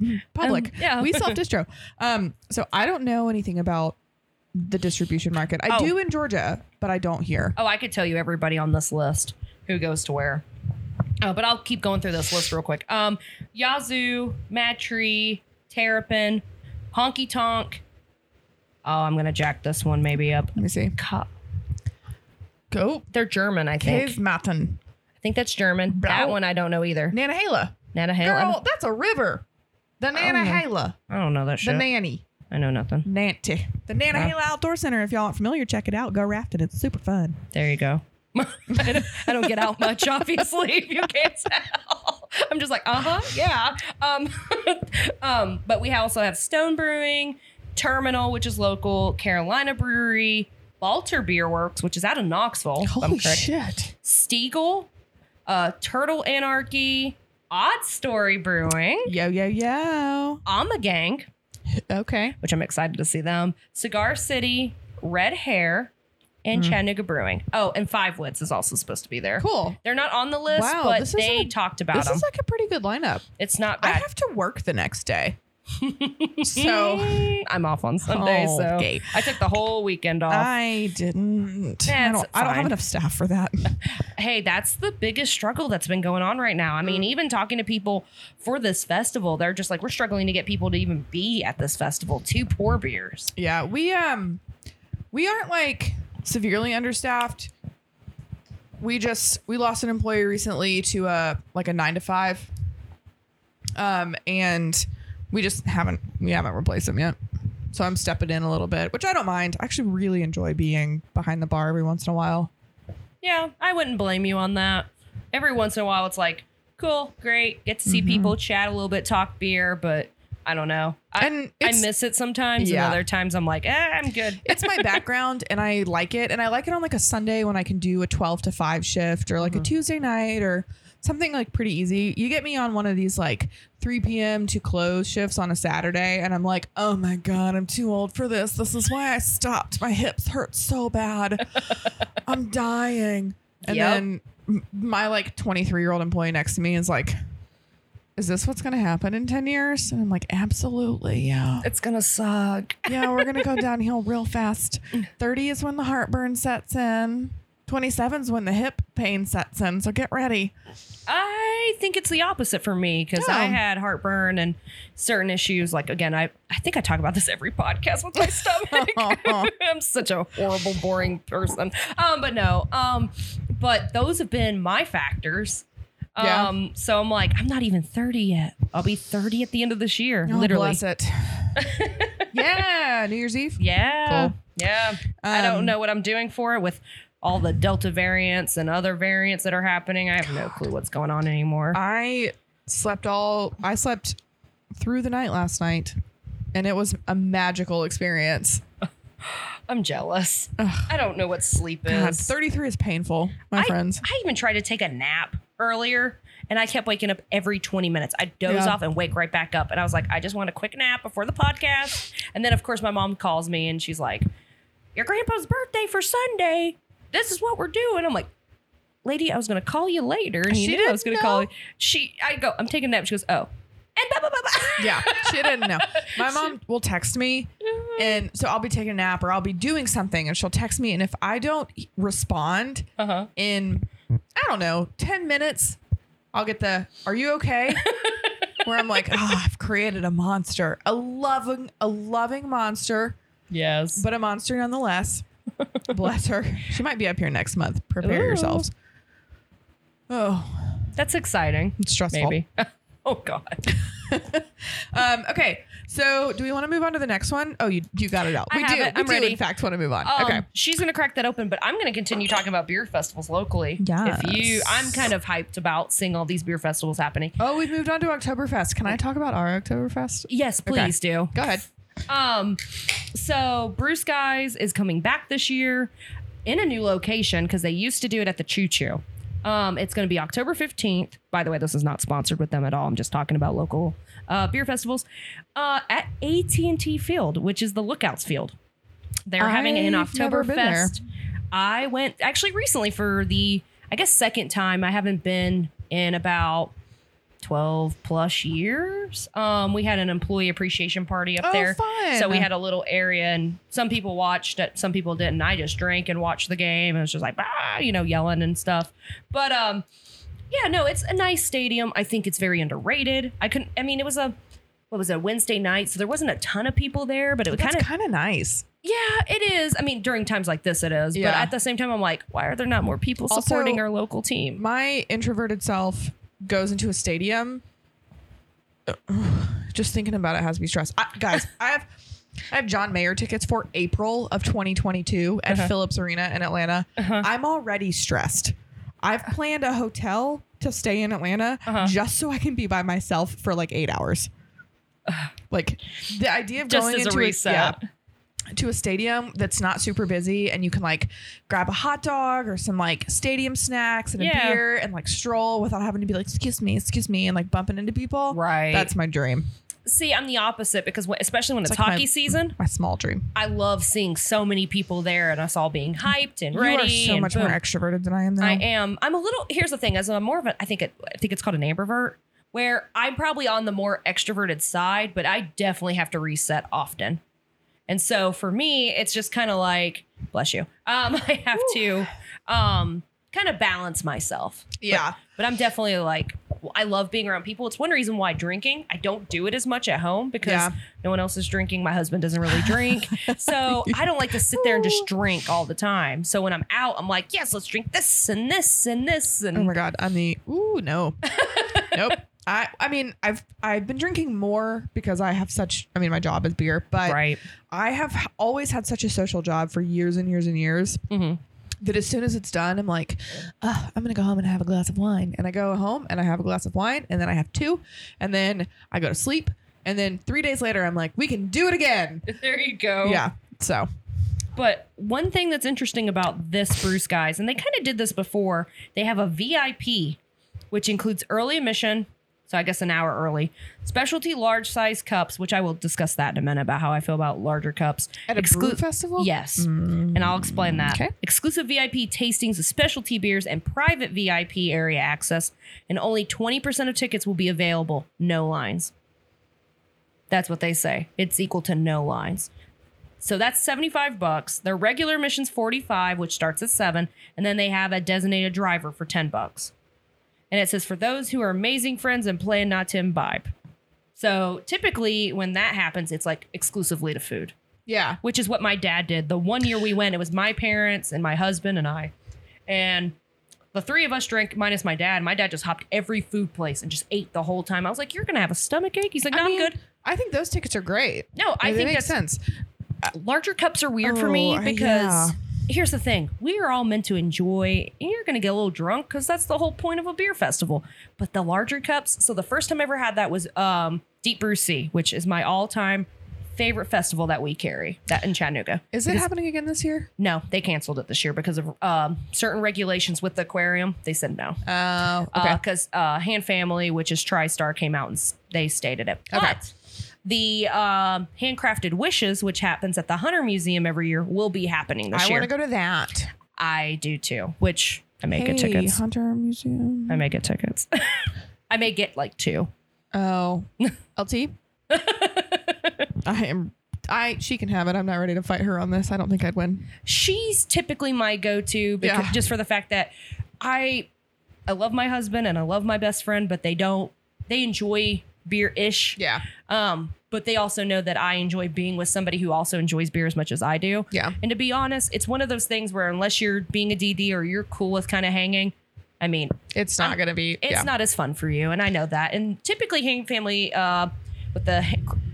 Hey, public. Um, yeah. We self distro. Um. So I don't know anything about the distribution market. I Oh. do in Georgia, but I don't here. Oh, I could tell you everybody on this list who goes to where. Uh, but I'll keep going through this list real quick. Um, Yazoo, Mad Tree, Terrapin, Honky Tonk. Oh, I'm gonna jack this one maybe up. Let me see. Ka- Go. They're German, I think. Cave Mountain. I think that's German. That Blau. one I don't know either. Nanahala. Nantahala. Girl, that's a river. The Oh. Nanahala. I don't know that The shit. nanny. I know nothing. Nanty. The Nanahala Outdoor Center. If y'all aren't familiar, check it out. Go rafting. It's super fun. There you go. I, don't, I don't get out much, obviously. If you can't tell, I'm just like, uh huh, yeah. Um, um, but we also have Stone Brewing, Terminal, which is local, Carolina Brewery, Balter Beer Works, which is out of Knoxville. if I'm correct. shit. Stiegel, uh, Turtle Anarchy, Odd Story Brewing, Yo, yo, yo. Amagang, Okay. which I'm excited to see them, Cigar City, Red Hair, and Chattanooga Brewing. Oh, and Five Wits is also supposed to be there. Cool. They're not on the list, Wow, but this is they a- talked about This them. is like a pretty good lineup. it's not I bad. have to work the next day. so I'm off on Sunday, so Oh, Okay. I took the whole weekend off. I didn't. I That's don't, I don't have fine. enough staff for that. hey, that's the biggest struggle that's been going on right now. I Mm. mean, even talking to people for this festival, they're just like, we're struggling to get people to even be at this festival. Two poor beers. yeah, we um we aren't like severely understaffed. We just we lost an employee recently to a like a 9 to 5. Um and we just haven't we haven't replaced him yet. So I'm stepping in a little bit, which I don't mind. I actually really enjoy being behind the bar every once in a while. Yeah, I wouldn't blame you on that. Every once in a while, it's like, cool, great, get to Mm-hmm. see people, chat a little bit, talk beer, but I don't know. I, And I it's- miss it sometimes, Yeah. and other times I'm like, eh, I'm good. it's my background and I like it. And I like it on like a Sunday when I can do a 12 to 5 shift or like a Tuesday night or something like pretty easy. You get me on one of these like 3 p.m. to close shifts on a Saturday and I'm like, oh my God, I'm too old for this. This is why I stopped. My hips hurt so bad. I'm dying. And Yep. then m- my like 23 year old employee next to me is like, is this what's going to happen in 10 years? And I'm like, absolutely. Yeah It's gonna suck. yeah, we're gonna go downhill real fast. Thirty is when the heartburn sets in. Twenty-seven is when the hip pain sets in. So get ready. I think it's the opposite for me because I Oh. had heartburn and certain issues. Like again, I I think I talk about this every podcast with my stomach. I'm such a horrible, boring person. Um, but no. Um, but those have been my factors. Yeah. Um, so I'm like, I'm not even 30 yet. I'll be 30 at the end of this year, Oh, literally. bless it. yeah, New Year's Eve. Yeah. Cool. Yeah. I Um, don't know what I'm doing for it with all the Delta variants and other variants that are happening. I have no clue what's going on anymore. I slept all. I slept through the night last night, and it was a magical experience. I'm jealous. I don't know what sleep God, is. Thirty-three is painful, my I, friends. I even tried to take a nap earlier and I kept waking up every 20 minutes. I'd doze Yeah. off and wake right back up. And I was like, I just want a quick nap before the podcast. And then, of course, my mom calls me and she's like, Your grandpa's birthday for Sunday. This is what we're doing. I'm like, Lady, I was going to call you later. And you She knew I was didn't going to call know? you. She, I go, I'm taking a nap. She goes, Oh. And blah, blah, blah, blah. Yeah, she didn't know. My mom will text me, and so I'll be taking a nap or I'll be doing something, and she'll text me. And if I don't respond Uh huh. in, I don't know, 10 minutes, I'll get the, Are you okay? Where I'm like, Oh, I've created a monster, a loving, a loving monster, Yes. but a monster nonetheless. Bless her. She might be up here next month. Prepare Ooh. yourselves. Oh, That's exciting. it's stressful. Maybe. oh, God. Um, okay, so do we want to move on to the next one? Oh, you you got it out. I we have do. it. We I'm do, ready. in fact, want to move on. Um, okay. She's going to crack that open, but I'm going to continue talking about beer festivals locally. Yes. If you, I'm kind of hyped about seeing all these beer festivals happening. Oh, we've moved on to Oktoberfest. Can I talk about our Oktoberfest? Yes, please do. Go ahead. Um, so Bruce Guys is coming back this year in a new location because they used to do it at the Choo Choo. Um, it's going to be October 15th. By the way, this is not sponsored with them at all. I'm just talking about local uh, beer festivals uh, at AT&T Field, which is the Lookouts Field. They're having an I've never been there. Oktoberfest. I went actually recently for the, I guess, second time. I haven't been in about 12 plus years. Um, we had an employee appreciation party up Oh, there. fun. So we had a little area and some people watched it, some people didn't. I just drank and watched the game and was just like, ah, you know, yelling and stuff. But um, yeah, no, it's a nice stadium. I think it's very underrated. I couldn't, I mean, it was a, what was it, a Wednesday night. So there wasn't a ton of people there, but it That's kind of kind of nice. yeah, it is. I mean, during times like this, it is. But Yeah. at the same time, I'm like, why are there not more people Also- supporting our local team? My introverted self goes into a stadium. Just thinking about it has to be stressed. I, guys, I have I have John Mayer tickets for April of 2022 Uh-huh. at Phillips Arena in Atlanta. I'm already stressed. I've planned a hotel to stay in Atlanta Uh-huh. just so I can be by myself for like eight hours. Like the idea of Just going as a into reset. yeah, to a stadium that's not super busy and you can like grab a hot dog or some like stadium snacks and Yeah. a beer and like stroll without having to be like excuse me excuse me and like bumping into people Right. that's my dream See, I'm the opposite because wh- especially when it's, It's like my- hockey season, my small dream I love seeing so many people there and us all being hyped and ready. you are so and much boom. more extroverted than i am though I am. I'm a little. Here's the thing. As I'm more of a, I think it, I think it's called an ambivert, where I'm probably on the more extroverted side, but I definitely have to reset often. And so for me, it's just kind of like, bless you. Um, I have to, um, kind of balance myself. yeah But I'm definitely like, I love being around people. It's one reason why drinking, I don't do it as much at home because Yeah. no one else is drinking. My husband doesn't really drink. so I don't like to sit there and Oh. just drink all the time. So when I'm out, I'm like, yes, let's drink this and this and this. And oh my god i'm the ooh no nope I, I mean I've I've been drinking more because I have such I mean my job is beer but right. I have h- always had such a social job for years and years and years Mhm. that as soon as it's done, I'm like, "Ugh, I'm gonna go home and have a glass of wine. And I go home and I have a glass of wine, and then I have two, and then I go to sleep, and then three days later, I'm like, we can do it again. There you go. Yeah. So But one thing that's interesting about this Bruce guys, and they kind of did this before, they have a VIP, which includes early admission, so I guess an hour early, specialty large size cups, which I will discuss that in a minute about how I feel about larger cups. at a Exclu- brew festival, Yes. And I'll explain that. okay. Exclusive VIP tastings of specialty beers and private VIP area access, and only 20% of tickets will be available. No lines. That's what they say. It's equal to no lines. So that's 75 bucks. Their regular mission's 45, which starts at 7, and then they have a designated driver for 10 bucks. And it says for those who are amazing friends and plan not to imbibe. So typically when that happens, it's like exclusively to food yeah, which is what my dad did. The one year we went, it was my parents and my husband and I. And the three of us drank, minus my dad. My dad just hopped every food place and just ate the whole time. I was like, You're going to have a stomach ache? He's like, No, I I am mean, good. I think those tickets are great. No, I They think make that's sense. larger cups are weird for me Oh, because yeah. here's the thing we are all meant to enjoy and you're going to get a little drunk because that's the whole point of a beer festival but the larger cups so the first time i ever had that was um, deep brew sea which is my all-time favorite festival that we carry that in Chattanooga. Is it happening again this year? No, they canceled it this year because of um, certain regulations with the aquarium. They said no. Oh, okay. Because uh, Hand Family, which is TriStar, came out and s- they stated it. Okay. But the um, Handcrafted Wishes, which happens at the Hunter Museum every year, will be happening this I year. want to go to that. I do too, which I may hey, get tickets. Hunter Museum. I may get tickets. I may get like two. Oh, LT. I am. I she can have it. I'm not ready to fight her on this. I don't think I'd win. she's typically my go-to because Yeah. just for the fact that I I love my husband and I love my best friend, but they don't they enjoy beer-ish. Yeah. Um, but they also know that I enjoy being with somebody who also enjoys beer as much as I do. Yeah. And to be honest, it's one of those things where unless you're being a DD or you're cool with kind of hanging, I mean, It's not gonna be. Uh, it's yeah. not as fun for you, and I know that. And typically, Hang Family uh, with the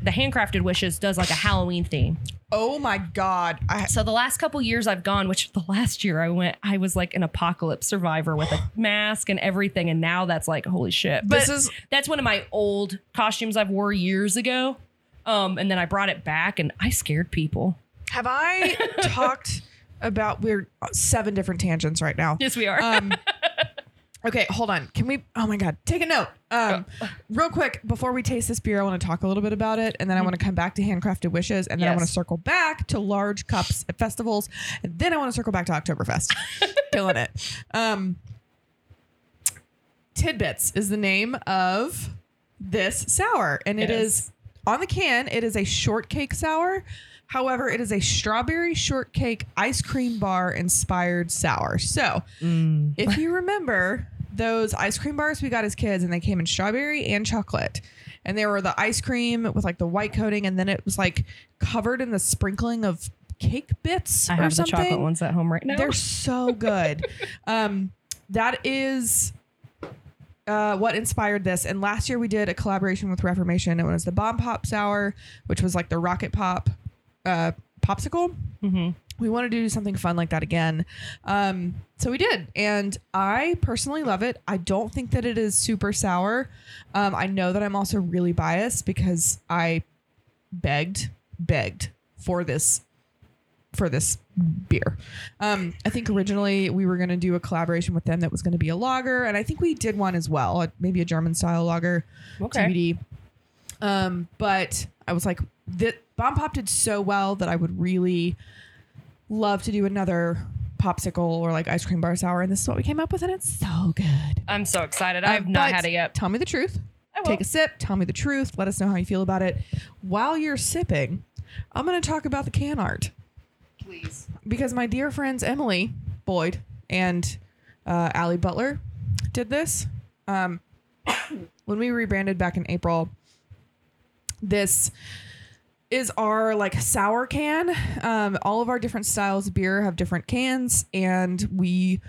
the handcrafted wishes does like a Halloween theme. Oh my god. I So the last couple years I've gone, which the last year I went, I was like an apocalypse survivor with a mask and everything, and now that's like holy shit. But This is- that's one of my old costumes I've wore years ago, um, and then I brought it back, and I scared people. have I talked about we're seven different tangents right now. Yes, we are. Um, okay, hold on. Can we? Oh my God, take a note. Um, real quick before we taste this beer, I want to talk a little bit about it, and then I want to come back to handcrafted wishes, and then I want Yes. to circle back to large cups at festivals, and then I want to circle back to Oktoberfest. Killing it. Um, Tidbits is the name of this sour, and it Yes. is on the can. It is a shortcake sour. However, it is a strawberry shortcake ice cream bar inspired sour. So, if you remember those ice cream bars we got as kids, and they came in strawberry and chocolate, and they were the ice cream with like the white coating, and then it was like covered in the sprinkling of cake bits I or have the something. chocolate ones at home right now. They're so good. um, that is uh, what inspired this. And last year we did a collaboration with Reformation. It was the Bomb Pop Sour, which was like the Rocket Pop uh, popsicle. Mhm. We wanted to do something fun like that again. Um, so we did. And I personally love it. I don't think that it is super sour. Um, I know that I'm also really biased because I begged, begged for this for this beer. Um, I think originally we were going to do a collaboration with them that was going to be a lager, and I think we did one as well, uh, maybe a German style lager, Okay. TBD. Um, but I was like, that Bomb Pop did so well that I would really love to do another popsicle or like ice cream bar sour, and this is what we came up with, and it's so good. I'm so excited. I've Um, not but had it yet. Tell me the truth. I will. Take a sip. Tell me the truth. Let us know how you feel about it. While you're sipping, I'm going to talk about the can art Please. because my dear friends Emily Boyd and uh, Allie Butler did this. Um, when we rebranded back in April, this is our like sour can. Um, all of our different styles of beer have different cans, and we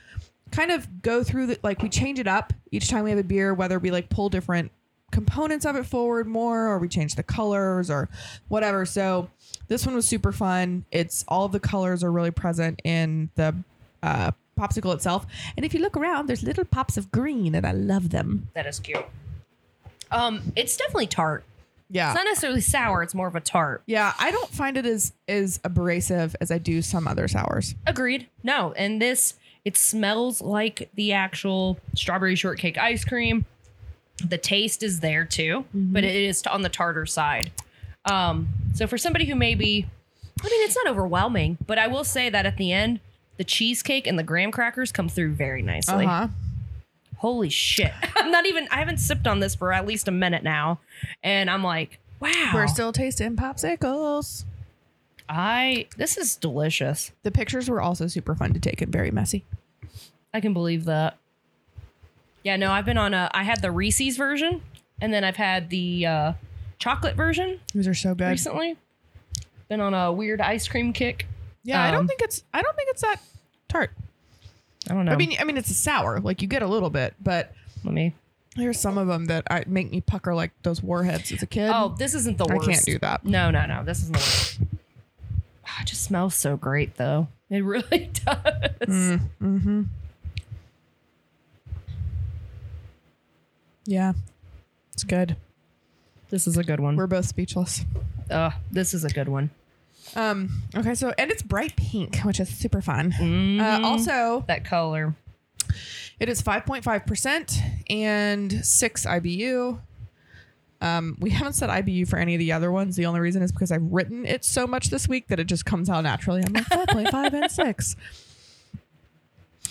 kind of go through the like we change it up each time we have a beer, whether we like pull different components of it forward more or we change the colors or whatever. So this one was super fun. It's all of the colors are really present in the uh, popsicle itself. And if you look around, there's little pops of green, and I love them. That is cute. Um, it's definitely tart. Yeah. It's not necessarily sour. It's more of a tart. Yeah, I don't find it as as abrasive as I do some other sours. Agreed. No, and this it smells like the actual strawberry shortcake ice cream. The taste is there too, Mm-hmm. but it is on the tartar side. Um, so for somebody who maybe, I mean, it's not overwhelming, but I will say that at the end, the cheesecake and the graham crackers come through very nicely. Uh-huh. Holy shit! I'm not even. I haven't sipped on this for at least a minute now, and I'm like, wow. We're still tasting popsicles. I this is delicious. The pictures were also super fun to take and very messy. I can believe that. Yeah, no, I've been on a. I had the Reese's version, and then I've had the uh, chocolate version These are so good. recently. Been on a weird ice cream kick. Yeah, I Um, don't think it's I don't think it's that tart. I don't know. I mean, I mean it's a sour. Like you get a little bit, but let me. there's some of them that I, make me pucker like those warheads as a kid. Oh, this isn't the I worst. can't do that. No, no, no. This isn't the worst. Ah, It just smells so great, though. It really does. Mm-hmm. Yeah, it's good. This is a good one. We're both speechless. Uh, this is a good one. Um, okay, so and it's bright pink, which is super fun. Uh, also, That color. it is 5.5% and 6 IBU. Um, we haven't said IBU for any of the other ones. The only reason is because I've written it so much this week that it just comes out naturally. I'm like 5.5 and 6.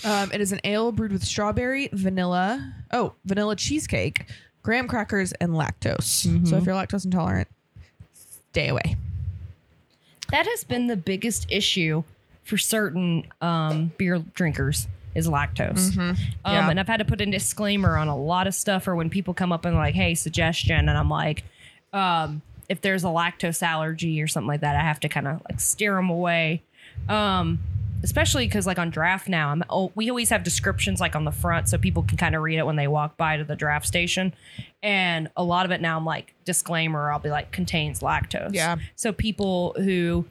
Um, it is an ale brewed with strawberry, vanilla, oh, vanilla cheesecake, graham crackers, and lactose. Mm-hmm. So if you're lactose intolerant, stay away. That has been the biggest issue for certain um, beer drinkers is lactose. Um, Yeah. And I've had to put a disclaimer on a lot of stuff, or when people come up and like, "Hey, suggestion," and I'm like, um, "If there's a lactose allergy or something like that, I have to kind of like steer them away." Um, especially because like on draft now, I'm oh, we always have descriptions like on the front so people can kind of read it when they walk by to the draft station, and a lot of it now I'm like disclaimer. I'll be like contains lactose. Yeah. So people who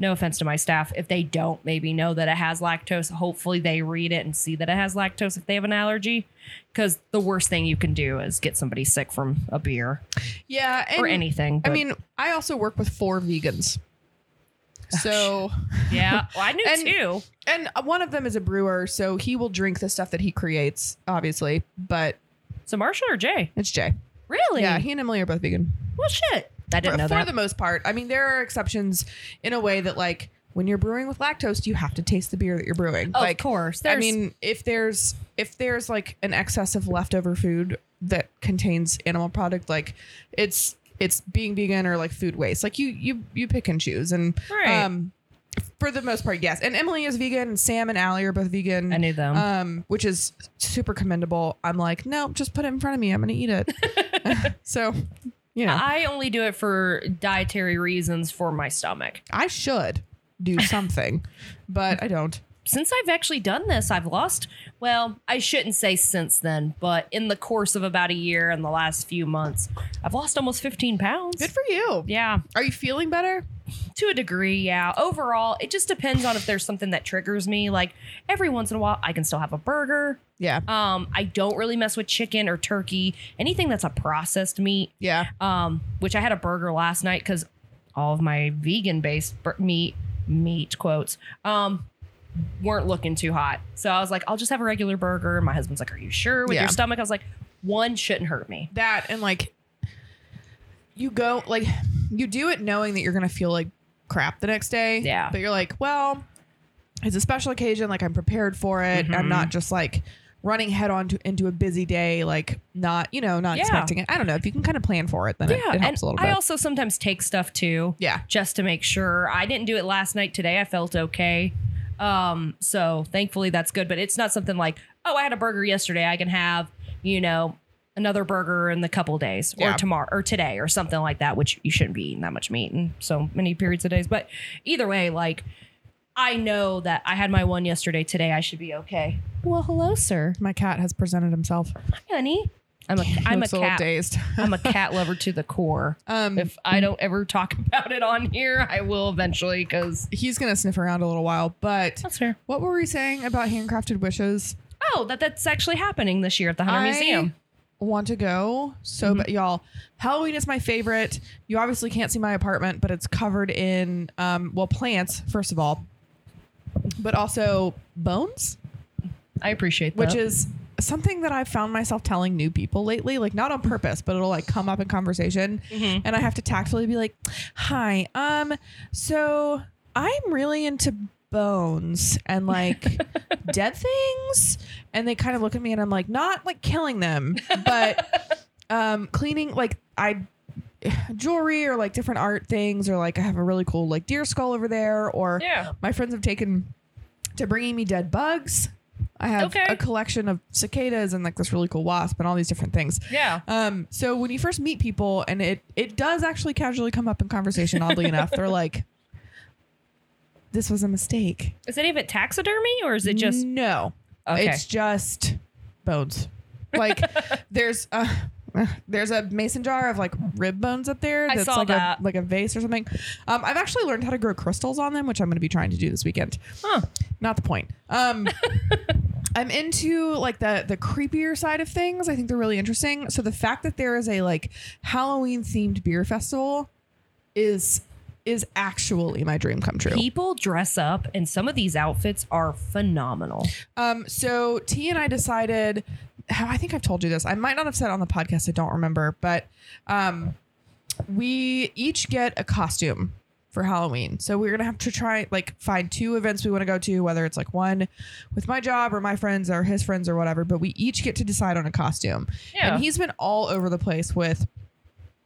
no offense to my staff, if they don't maybe know that it has lactose, hopefully they read it and see that it has lactose if they have an allergy. Because the worst thing you can do is get somebody sick from a beer Yeah. or anything. I but- mean, I also work with four vegans. So, yeah, well, I knew and- too. and uh, one of them is a brewer, so he will drink the stuff that he creates, obviously, but So Marshall or Jay? it's Jay. Really? Yeah, he and Emily are both vegan. well, shit. I For, didn't know for that. the most part. I mean, there are exceptions in a way that, like, when you're brewing with lactose, you have to taste the beer that you're brewing. of like, course. I mean, if there's if there's like an excess of leftover food that contains animal product, like it's it's being vegan or like food waste. Like you you you pick and choose, and Right. um, for the most part, yes. And Emily is vegan, and Sam and Allie are both vegan. I knew them. um, which is super commendable. I'm like, no, just put it in front of me. I'm gonna eat it. so, you know, I only do it for dietary reasons for my stomach. I should do something, but I don't. since I've actually done this, I've lost, well, I shouldn't say since then, but in the course of about a year and the last few months, I've lost almost 15 pounds. Good for you. yeah, Are you feeling better? to a degree, yeah. Overall, it just depends on if there's something that triggers me. Like every once in a while, I can still have a burger. Yeah. Um, I don't really mess with chicken or turkey, anything that's a processed meat Yeah. um, which I had a burger last night because all of my vegan based bur- meat, meat quotes, um, weren't looking too hot. So I was like, I'll just have a regular burger. And my husband's like, Are you sure with Yeah. your stomach? I was like, One shouldn't hurt me. that and like you go like you do it knowing that you're gonna feel like crap the next day Yeah. but you're like well it's a special occasion like i'm prepared for it i'm not just like running head on to, into a busy day like not you know not Yeah. expecting it i don't know if you can kind of plan for it then it, it and helps a little I bit also sometimes take stuff too. yeah just to make sure. I didn't do it last night. Today I felt okay. Um, so thankfully that's good. But it's not something like, oh, I had a burger yesterday. I can have, you know, another burger in the couple days or Yeah. tomorrow or today or something like that, which you shouldn't be eating that much meat in so many periods of days. But either way, like I know that I had my one yesterday. Today I should be okay. Well, hello, sir. my cat has presented himself Hi, honey. I'm a I'm a Looks little cat. dazed I'm a cat lover to the core. um If I don't ever talk about it on here, I will eventually because he's gonna sniff around a little while but That's fair. what were we saying about handcrafted wishes Oh, that that's actually happening this year at the Hunter I Museum. want to go so but y'all halloween is my favorite you obviously can't see my apartment but it's covered in um well plants first of all but also bones I appreciate that. which is something that i've found myself telling new people lately like not on purpose but it'll like come up in conversation Mm-hmm. and i have to tactfully be like hi um so i'm really into bones and like dead things and they kind of look at me and i'm like not like killing them but um cleaning like i jewelry or like different art things or like i have a really cool like deer skull over there or yeah. my friends have taken to bringing me dead bugs. I have Okay. a collection of cicadas and like this really cool wasp and all these different things. Yeah. Um, so when you first meet people, and it it does actually casually come up in conversation. Oddly enough, they're like, "This was a mistake." Is any of it taxidermy or is it just no. Okay. It's just bones. Like there's a there's a mason jar of like rib bones up there. I That's saw like that. a like a vase or something. Um, I've actually learned how to grow crystals on them, which I'm going to be trying to do this weekend. Huh. Not the point. Um, I'm into like the the creepier side of things. I think they're really interesting. So the fact that there is a like Halloween themed beer festival is is actually my dream come true. People dress up, and some of these outfits are phenomenal. Um, so T and I decided. I think I've told you this. I might not have said it on the podcast. I don't remember, but um, we each get a costume for Halloween. So we're gonna have to try like find two events we want to go to, whether it's like one with my job or my friends or his friends or whatever. But we each get to decide on a costume. And he's been all over the place with.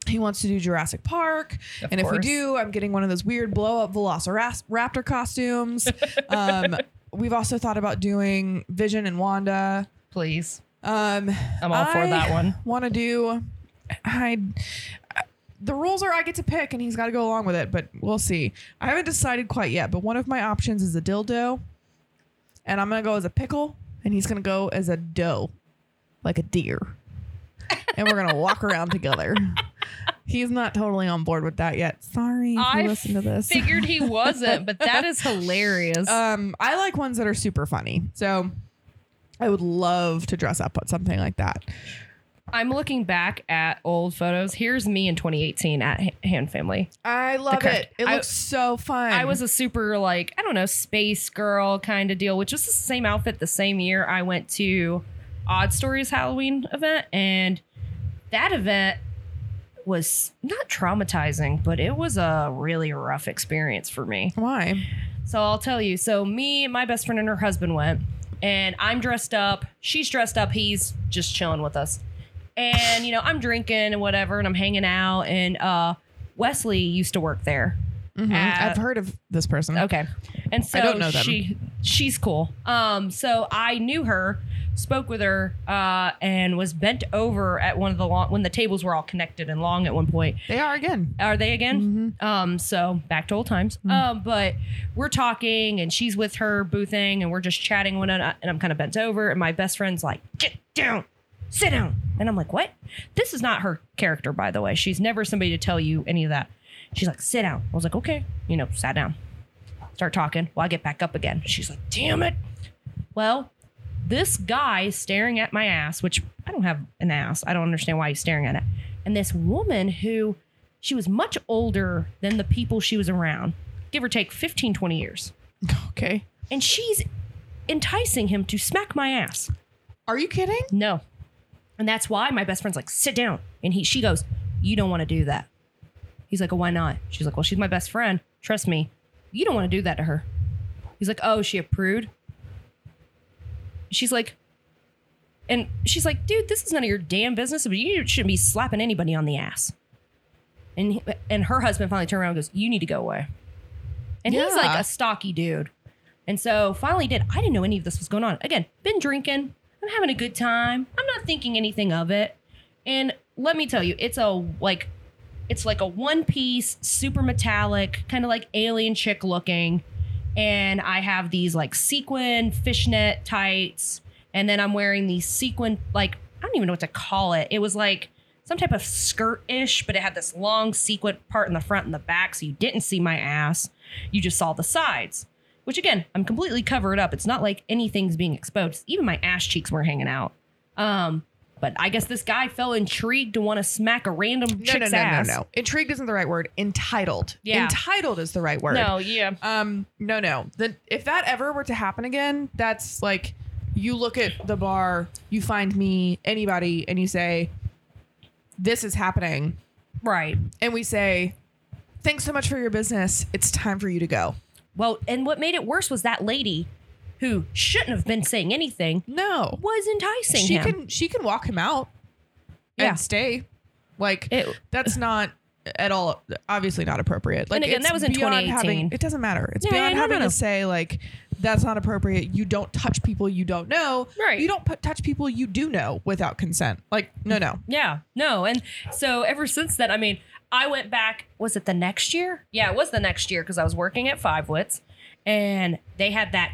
He wants to do Jurassic Park, Of and if we course. do, I'm getting one of those weird blow up Velociraptor costumes. um, we've also thought about doing Vision and Wanda. please. Um, I'm all for I that one. Want to do? I. The rules are I get to pick, and he's got to go along with it. But we'll see. I haven't decided quite yet. But one of my options is a dildo, and I'm gonna go as a pickle, and he's gonna go as a doe, like a deer, and we're gonna walk around together. He's not totally on board with that yet. Sorry if you I listen to this. Figured he wasn't, but that is hilarious. Um, I like ones that are super funny. So I would love to dress up on something like that. I'm looking back at old photos. Here's me in 2018 at Ha- Hand Family. I love card. it. It I- looks so fun. I was a super like I don't know space girl kind of deal, which was the same outfit the same year I went to Odd Stories Halloween event, and that event was not traumatizing, but it was a really rough experience for me. why? So I'll tell you. So me, my best friend, and her husband went, and I'm dressed up. She's dressed up. He's just chilling with us, and you know I'm drinking and whatever, and I'm hanging out. And uh, Wesley used to work there, Mhm. Uh, I've heard of this person. Okay. And so I don't know them. she she's cool. Um so I knew her, spoke with her uh and was bent over at one of the long when the tables were all connected and long at one point. They are again. Are they again? Mhm. Um so back to old times. Um but we're talking and she's with her boo thing and we're just chatting one another and I'm kind of bent over and my best friend's like, "Get down. Sit down." And I'm like, "What?" This is not her character by the way. She's never somebody to tell you any of that. She's like, "Sit down." I was like, "Okay." You know, sat down start talking. Well, I get back up again. She's like, damn it. Well, this guy is staring at my ass, which I don't have an ass. I don't understand why he's staring at it. And this woman who she was much older than the people she was around, give or take 15, 20 years. Okay. And she's enticing him to smack my ass. Are you kidding? No. And that's why my best friend's like, sit down. And he she goes, You don't want to do that. He's like, Oh, why not? She's like, Well, she's my best friend. Trust me. You don't want to do that to her. He's like, Oh, is she a prude? She's like, and she's like, dude, this is none of your damn business, but you shouldn't be slapping anybody on the ass. And he- and her husband finally turned around and goes, You need to go away. And he's Yeah. like a stocky dude. And so finally did. I didn't know any of this was going on. Again, been drinking. I'm having a good time. I'm not thinking anything of it. And let me tell you, it's a like it's like a one piece, super metallic, kind of like alien chick looking. And I have these like sequin fishnet tights. And then I'm wearing these sequin, like, I don't even know what to call it. It was like some type of skirt ish, but it had this long sequin part in the front and the back. So you didn't see my ass. You just saw the sides, which again, I'm completely covered up. It's not like anything's being exposed. Even my ass cheeks were hanging out. Um, but I guess this guy felt intrigued to want to smack a random No, no, chick's no, no, ass. no. Intrigued isn't the right word. Entitled. Yeah. Entitled is the right word. No, yeah. Um, no, no. The, if that ever were to happen again, that's like you look at the bar, you find me, anybody, and you say, This is happening. Right. And we say, Thanks so much for your business. It's time for you to go. Well, and what made it worse was that lady who shouldn't have been saying anything No. was enticing She him. can she can walk him out Yeah. and stay. Like It- that's not at all obviously not appropriate. Like And again, it's that was in beyond 2018. having- it doesn't matter. It's Yeah, beyond yeah, no, having no, to no. say like that's not appropriate. You don't touch people you don't know. Right. You don't put, touch people you do know without consent. Like no no. yeah, no. And so ever since then, I mean, I went back, was it the next year? Yeah, it was the next year because I was working at Five Wits and they had that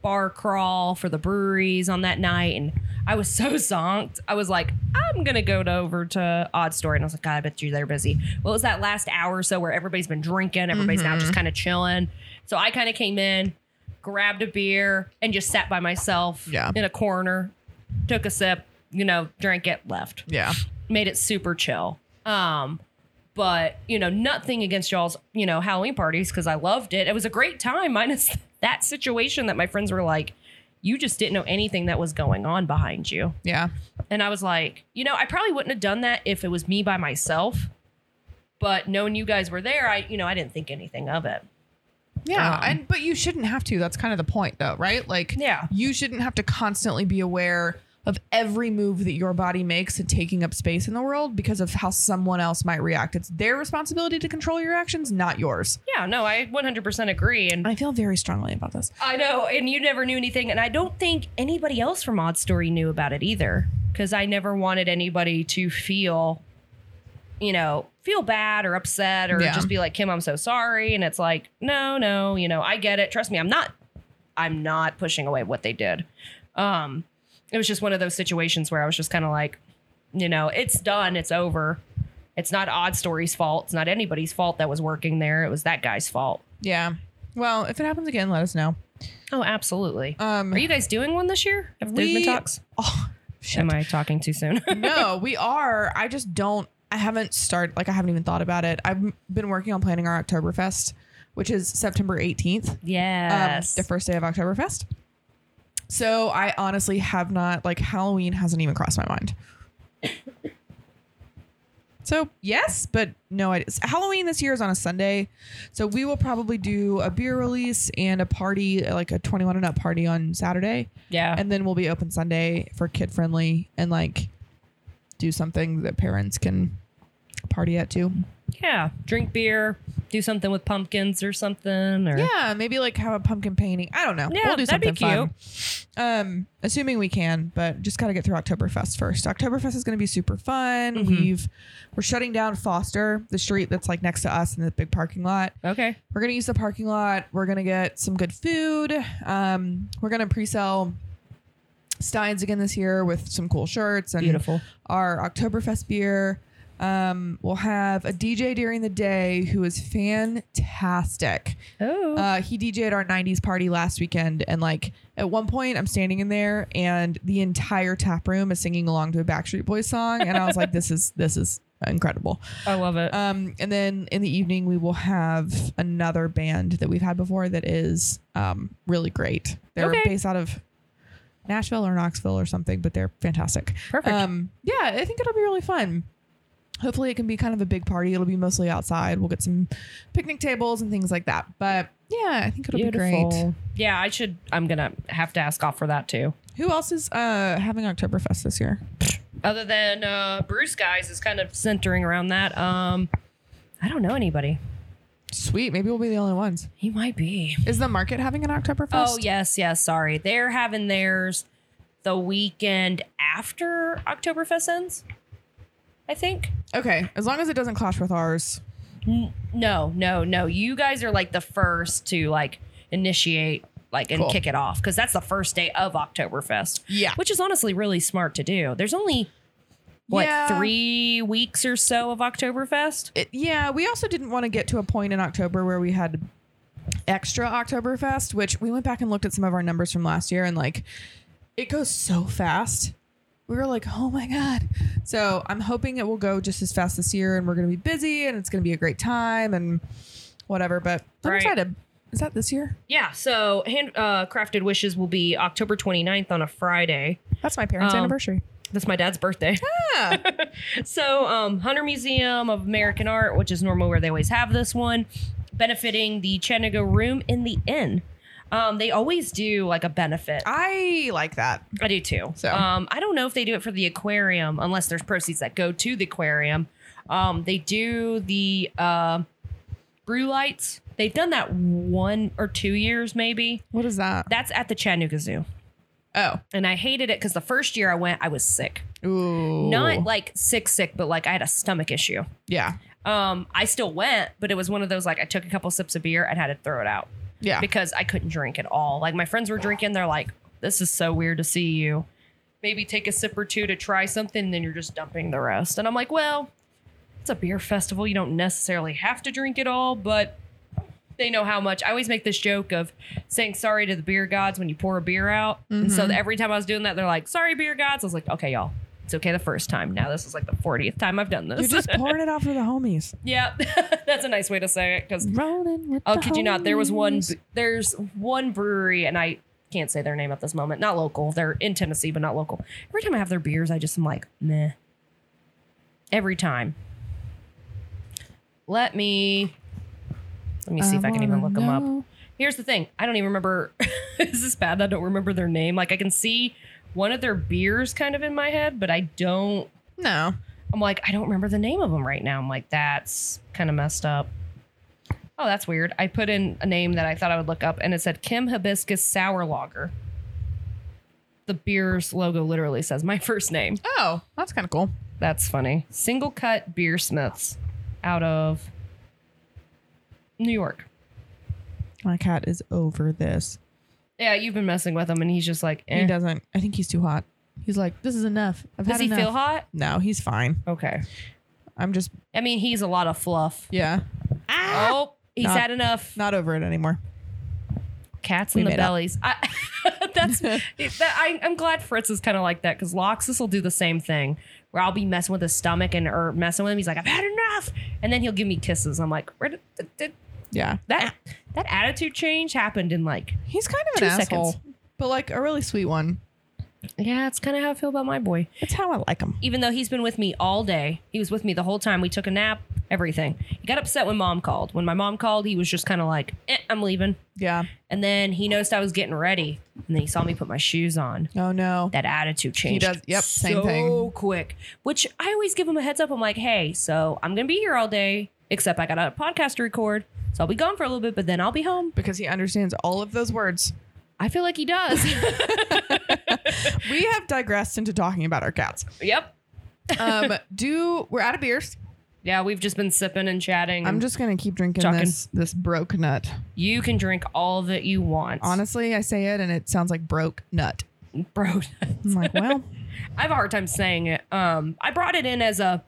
bar crawl for the breweries on that night. And I was so zonked. I was like, I'm going to go to over to Odd Story. And I was like, God, I bet you they're busy. Well, it was that last hour or so where everybody's been drinking, everybody's now just kind of chilling. So I kind of came in, grabbed a beer, and just sat by myself Yeah. in a corner, took a sip, you know, drank it, left Yeah. made it super chill. Um, but you know, nothing against y'all's you know Halloween parties because I loved it. It was a great time, minus that situation that my friends were like, "You just didn't know anything that was going on behind you." Yeah. And I was like, you know, I probably wouldn't have done that if it was me by myself. But knowing you guys were there, I you know I didn't think anything of it. Yeah, Um, and but you shouldn't have to. That's kind of the point, though, right? Like, Yeah. you shouldn't have to constantly be aware of every move that your body makes and taking up space in the world because of how someone else might react. It's their responsibility to control your actions, not yours. Yeah, no, I 100% agree, and I feel very strongly about this. I know, and you never knew anything, and I don't think anybody else from Odd Story knew about it either, because I never wanted anybody to feel, you know, feel bad or upset or Yeah. just be like, Kim, I'm so sorry, and it's like, no, no, you know, I get it. Trust me, I'm not, I'm not pushing away what they did. Um, it was just one of those situations where I was just kind of like, you know, it's done, it's over. It's not Odd Story's fault. It's not anybody's fault that was working there. It was that guy's fault. Yeah. Well, if it happens again, let us know. Oh, absolutely. Um, Are you guys doing one this year? Have there been We- Um, talks? oh, shit. Am I talking too soon? no, we are. I just don't. I haven't started. Like, I haven't even thought about it. I've been working on planning our Oktoberfest, which is September 18th. yes. um, the first day of Oktoberfest. So I honestly have not like Halloween hasn't even crossed my mind. So yes, but no. It is. Halloween this year is on a Sunday, so we will probably do a beer release and a party, like a twenty-one and up party on Saturday, yeah. and then we'll be open Sunday for kid friendly and like do something that parents can party at too. yeah. Drink beer, do something with pumpkins or something. Or Yeah, maybe like have a pumpkin painting. I don't know. Yeah, we'll do that'd something be fun. Um, assuming we can, but just got to get through Oktoberfest first. Oktoberfest is going to be super fun. Mm-hmm. We've we're shutting down Foster, the street that's like next to us in the big parking lot. Okay. We're gonna use the parking lot. We're gonna get some good food. Um, we're gonna pre-sell Steins again this year with some cool shirts and Beautiful. our Oktoberfest beer. Um, we'll have a DJ during the day who is fantastic. Oh. Uh, he DJ'd our 90s party last weekend. And like at one point, I'm standing in there and the entire tap room is singing along to a Backstreet Boys song. And I was like, this is, this is incredible. I love it. Um, and then in the evening, we will have another band that we've had before that is um, really great. They're Okay. based out of Nashville or Knoxville or something, but they're fantastic. Perfect. Um, yeah, I think it'll be really fun. Hopefully, it can be kind of a big party. It'll be mostly outside. We'll get some picnic tables and things like that. But yeah, I think it'll be great. Yeah, I should. I'm gonna have to ask off for that too. Who else is uh, having Oktoberfest this year? Other than uh, Bruce, guys is kind of centering around that. Um, I don't know anybody. Sweet, maybe we'll be the only ones. He might be. Is the market having an Oktoberfest? Oh yes, yes. Sorry, they're having theirs the weekend after Oktoberfest ends. I think. Okay, as long as it doesn't clash with ours. N- no, no, no. You guys are like the first to like initiate like and Cool. kick it off because that's the first day of Oktoberfest. Yeah. Which is honestly really smart to do. There's only what Yeah. three weeks or so of Oktoberfest. it, yeah, we also didn't want to get to a point in October where we had extra Oktoberfest, which we went back and looked at some of our numbers from last year and like it goes so fast. We were like, oh my God. So I'm hoping it will go just as fast this year and we're going to be busy and it's going to be a great time and whatever. But I'm Right. excited. Is that this year? Yeah. So hand uh, crafted wishes will be October 29th on a Friday. That's my parents' Um, anniversary. That's my dad's birthday. Yeah. So, um, Hunter Museum of American Art, which is normally where they always have this one, benefiting the Chattanooga Room in the Inn. Um, they always do like a benefit. I, I like that. do too. Ah. So- Um, I don't know if they do it for the aquarium, unless there's proceeds that go to the aquarium. Um, they do the uh, brew lights. They've done that one or two years, maybe. What is that? That's at the Chattanooga Zoo. Oh. And I hated it because the first year I went, I was sick. Ooh. Not like sick, sick, but like I had a stomach issue. Yeah. Um, I still went, but it was one of those like I took a couple sips of beer and had to throw it out Yeah. because I couldn't drink at all. Like my friends were drinking, they're like, "This is so weird to see you." Maybe take a sip or two to try something, and then you're just dumping the rest. And I'm like, "Well, it's a beer festival. You don't necessarily have to drink it all, but they know how much. I always make this joke of saying sorry to the beer gods when you pour a beer out. And so every time I was doing that, they're like, sorry, beer gods. I was like, okay, y'all. It's okay the first time. Now this is like the 40th time I've done You're this. just pouring it out for the homies. yeah, that's a nice way to say it because Rolling with Oh, the kid you not? There was one. homies. There's one brewery, and I can't say their name at this moment. Not local. They're in Tennessee, but not local. Every time I have their beers, I just am like, meh. Every time. Let me. Let me see if I can even look them up. Here's the thing. I don't even remember. is this bad? that I don't remember their name. Like I can see one of their beers kind of in my head, but I don't. No. I'm like, I don't remember the name of them right now. I'm like, that's kind of messed up. Oh, that's weird. I put in a name that I thought I would look up and it said Kim Hibiscus Sour Lager. The beer's logo literally says my first name. Oh, that's kind of cool. That's funny. Single Cut Beer Smiths out of New York. My cat is over this. Yeah, you've been messing with him and he's just like, eh. He doesn't. I think he's too hot. He's like, this is enough. I've Does had he enough." feel hot? No, he's fine. Okay. I'm just, I mean, he's a lot of fluff. yeah, Oh, he's Ah! Not- had enough. not over it anymore. cats We in the made up. bellies. I, that's that, I, I'm glad Fritz is kind of like that because Loxus will do the same thing where I'll be messing with his stomach and or messing with him. He's like, I've had enough, and then he'll give me kisses. I'm like, where did, did, did- Yeah. that that attitude change happened in like? He's kind of Two an asshole, seconds. but like a really sweet one. Yeah, it's kind of how I feel about my boy. It's how I like him. Even though he's been with me all day, he was with me the whole time. We took a nap, everything. He got upset when mom called. When my mom called, he was just kind of like, eh, I'm leaving. Yeah. And then he noticed I was getting ready, and then he saw me put my shoes on. Oh no. that attitude change. does- yep, same so thing. quick. Which I always give him a heads up. I'm like, hey, so I'm gonna be here all day, except I got a podcast to record, so I'll be gone for a little bit, but then I'll be home. Because he understands all of those words. I feel like he does. We have digressed into talking about our cats. yep. Um, do we're out of beers. Yeah, we've just been sipping and chatting. I'm and just gonna keep drinking Chucking. this this broke nut. you can drink all that you want. Honestly, I say it and it sounds like broke nut. bro. I'm like, well, I have a hard time saying it. Um, I brought it in as a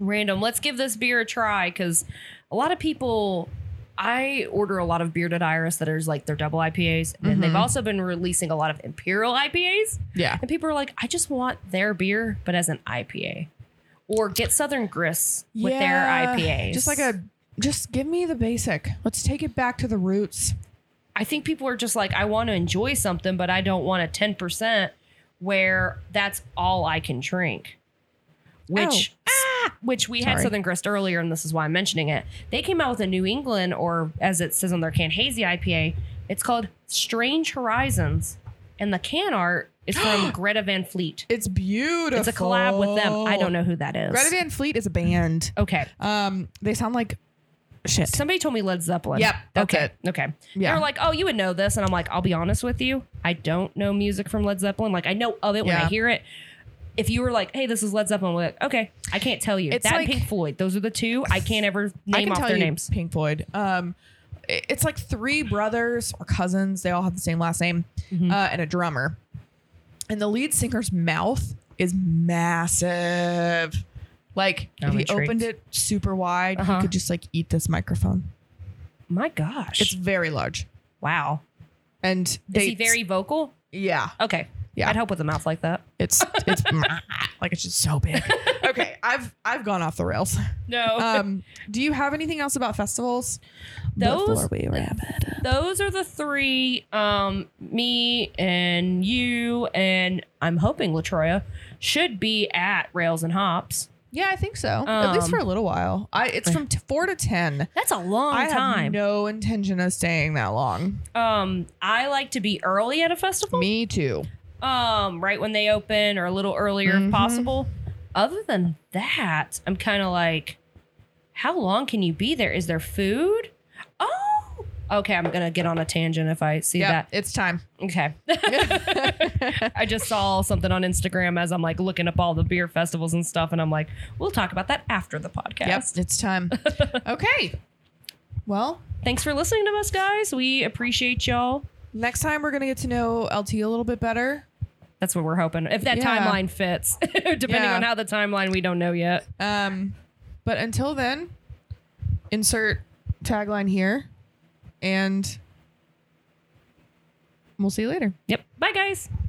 random. Let's give this beer a try because a lot of people. I order a lot of bearded iris that is like their double IPAs, and Mm-hmm. they've also been releasing a lot of imperial IPAs. yeah. And people are like, I just want their beer, but as an IPA, or get Southern Grist with Yeah. their IPAs. Just like a just give me the basic. Let's take it back to the roots. I think people are just like, I want to enjoy something, but I don't want a ten percent where that's all I can drink. Which, which we had Oh. Ah! Sorry. Southern Grist earlier, and this is why I'm mentioning it. They came out with a New England, or as it says on their can, hazy IPA. It's called Strange Horizons, and the can art is from Greta Van Fleet. It's beautiful. It's a collab with them. I don't know Oh. who that is. Greta Van Fleet is a band. okay. Um, they sound like shit. Somebody told me Led Zeppelin. Yep, that's okay. Okay. Yeah. They were like, oh, you would know this. And I'm like, I'll be honest with you. I don't know music from Led Zeppelin. Like, I know of it when Yeah. I hear it. If you were like, hey, this is Led Zeppelin, we're like, okay, I can't tell you. It's that like- and Pink Floyd. Those are the two. I can't ever I name can off tell their you names. Pink Floyd. Um, i- it's like three brothers or cousins. They all have the same last name, Mm-hmm. uh, and a drummer. And the lead singer's mouth is massive. Like I'm if he intrigued. opened it super wide, Oh, Uh-huh. he could just like eat this microphone. My gosh. It's very large, wow. and they is he very vocal? yeah. Okay. Yeah. I'd help with a mouth like that. It's it's like it's just so big. Okay, I've I've gone off the rails. No. Um, do you have anything else about festivals? Those- Before we wrap it up. those are the three um me and you and i'm hoping latroya should be at rails and hops Yeah, I think so. At least Um, for a little while. I it's from t- four to ten. that's a long I have time no intention of staying that long. um i like to be early at a festival Me too. um right when they open or a little earlier Mhm. if possible other than that i'm kind of like how long can you be there is there food oh okay i'm gonna get on a tangent if i see Yeah, that it's time. Okay. I just saw something on Instagram as I'm like looking up all the beer festivals and stuff, and I'm like, we'll talk about that after the podcast. Yep, it's time. okay. Well, Thanks for listening to us, guys. We appreciate y'all. next time we're gonna get to know LT a little bit better. That's what we're hoping. If that Yeah. timeline fits, depending Yeah. on how the timeline, we don't know yet. Um, but until then, insert tagline here. and we'll see you later. Yep. Bye, guys.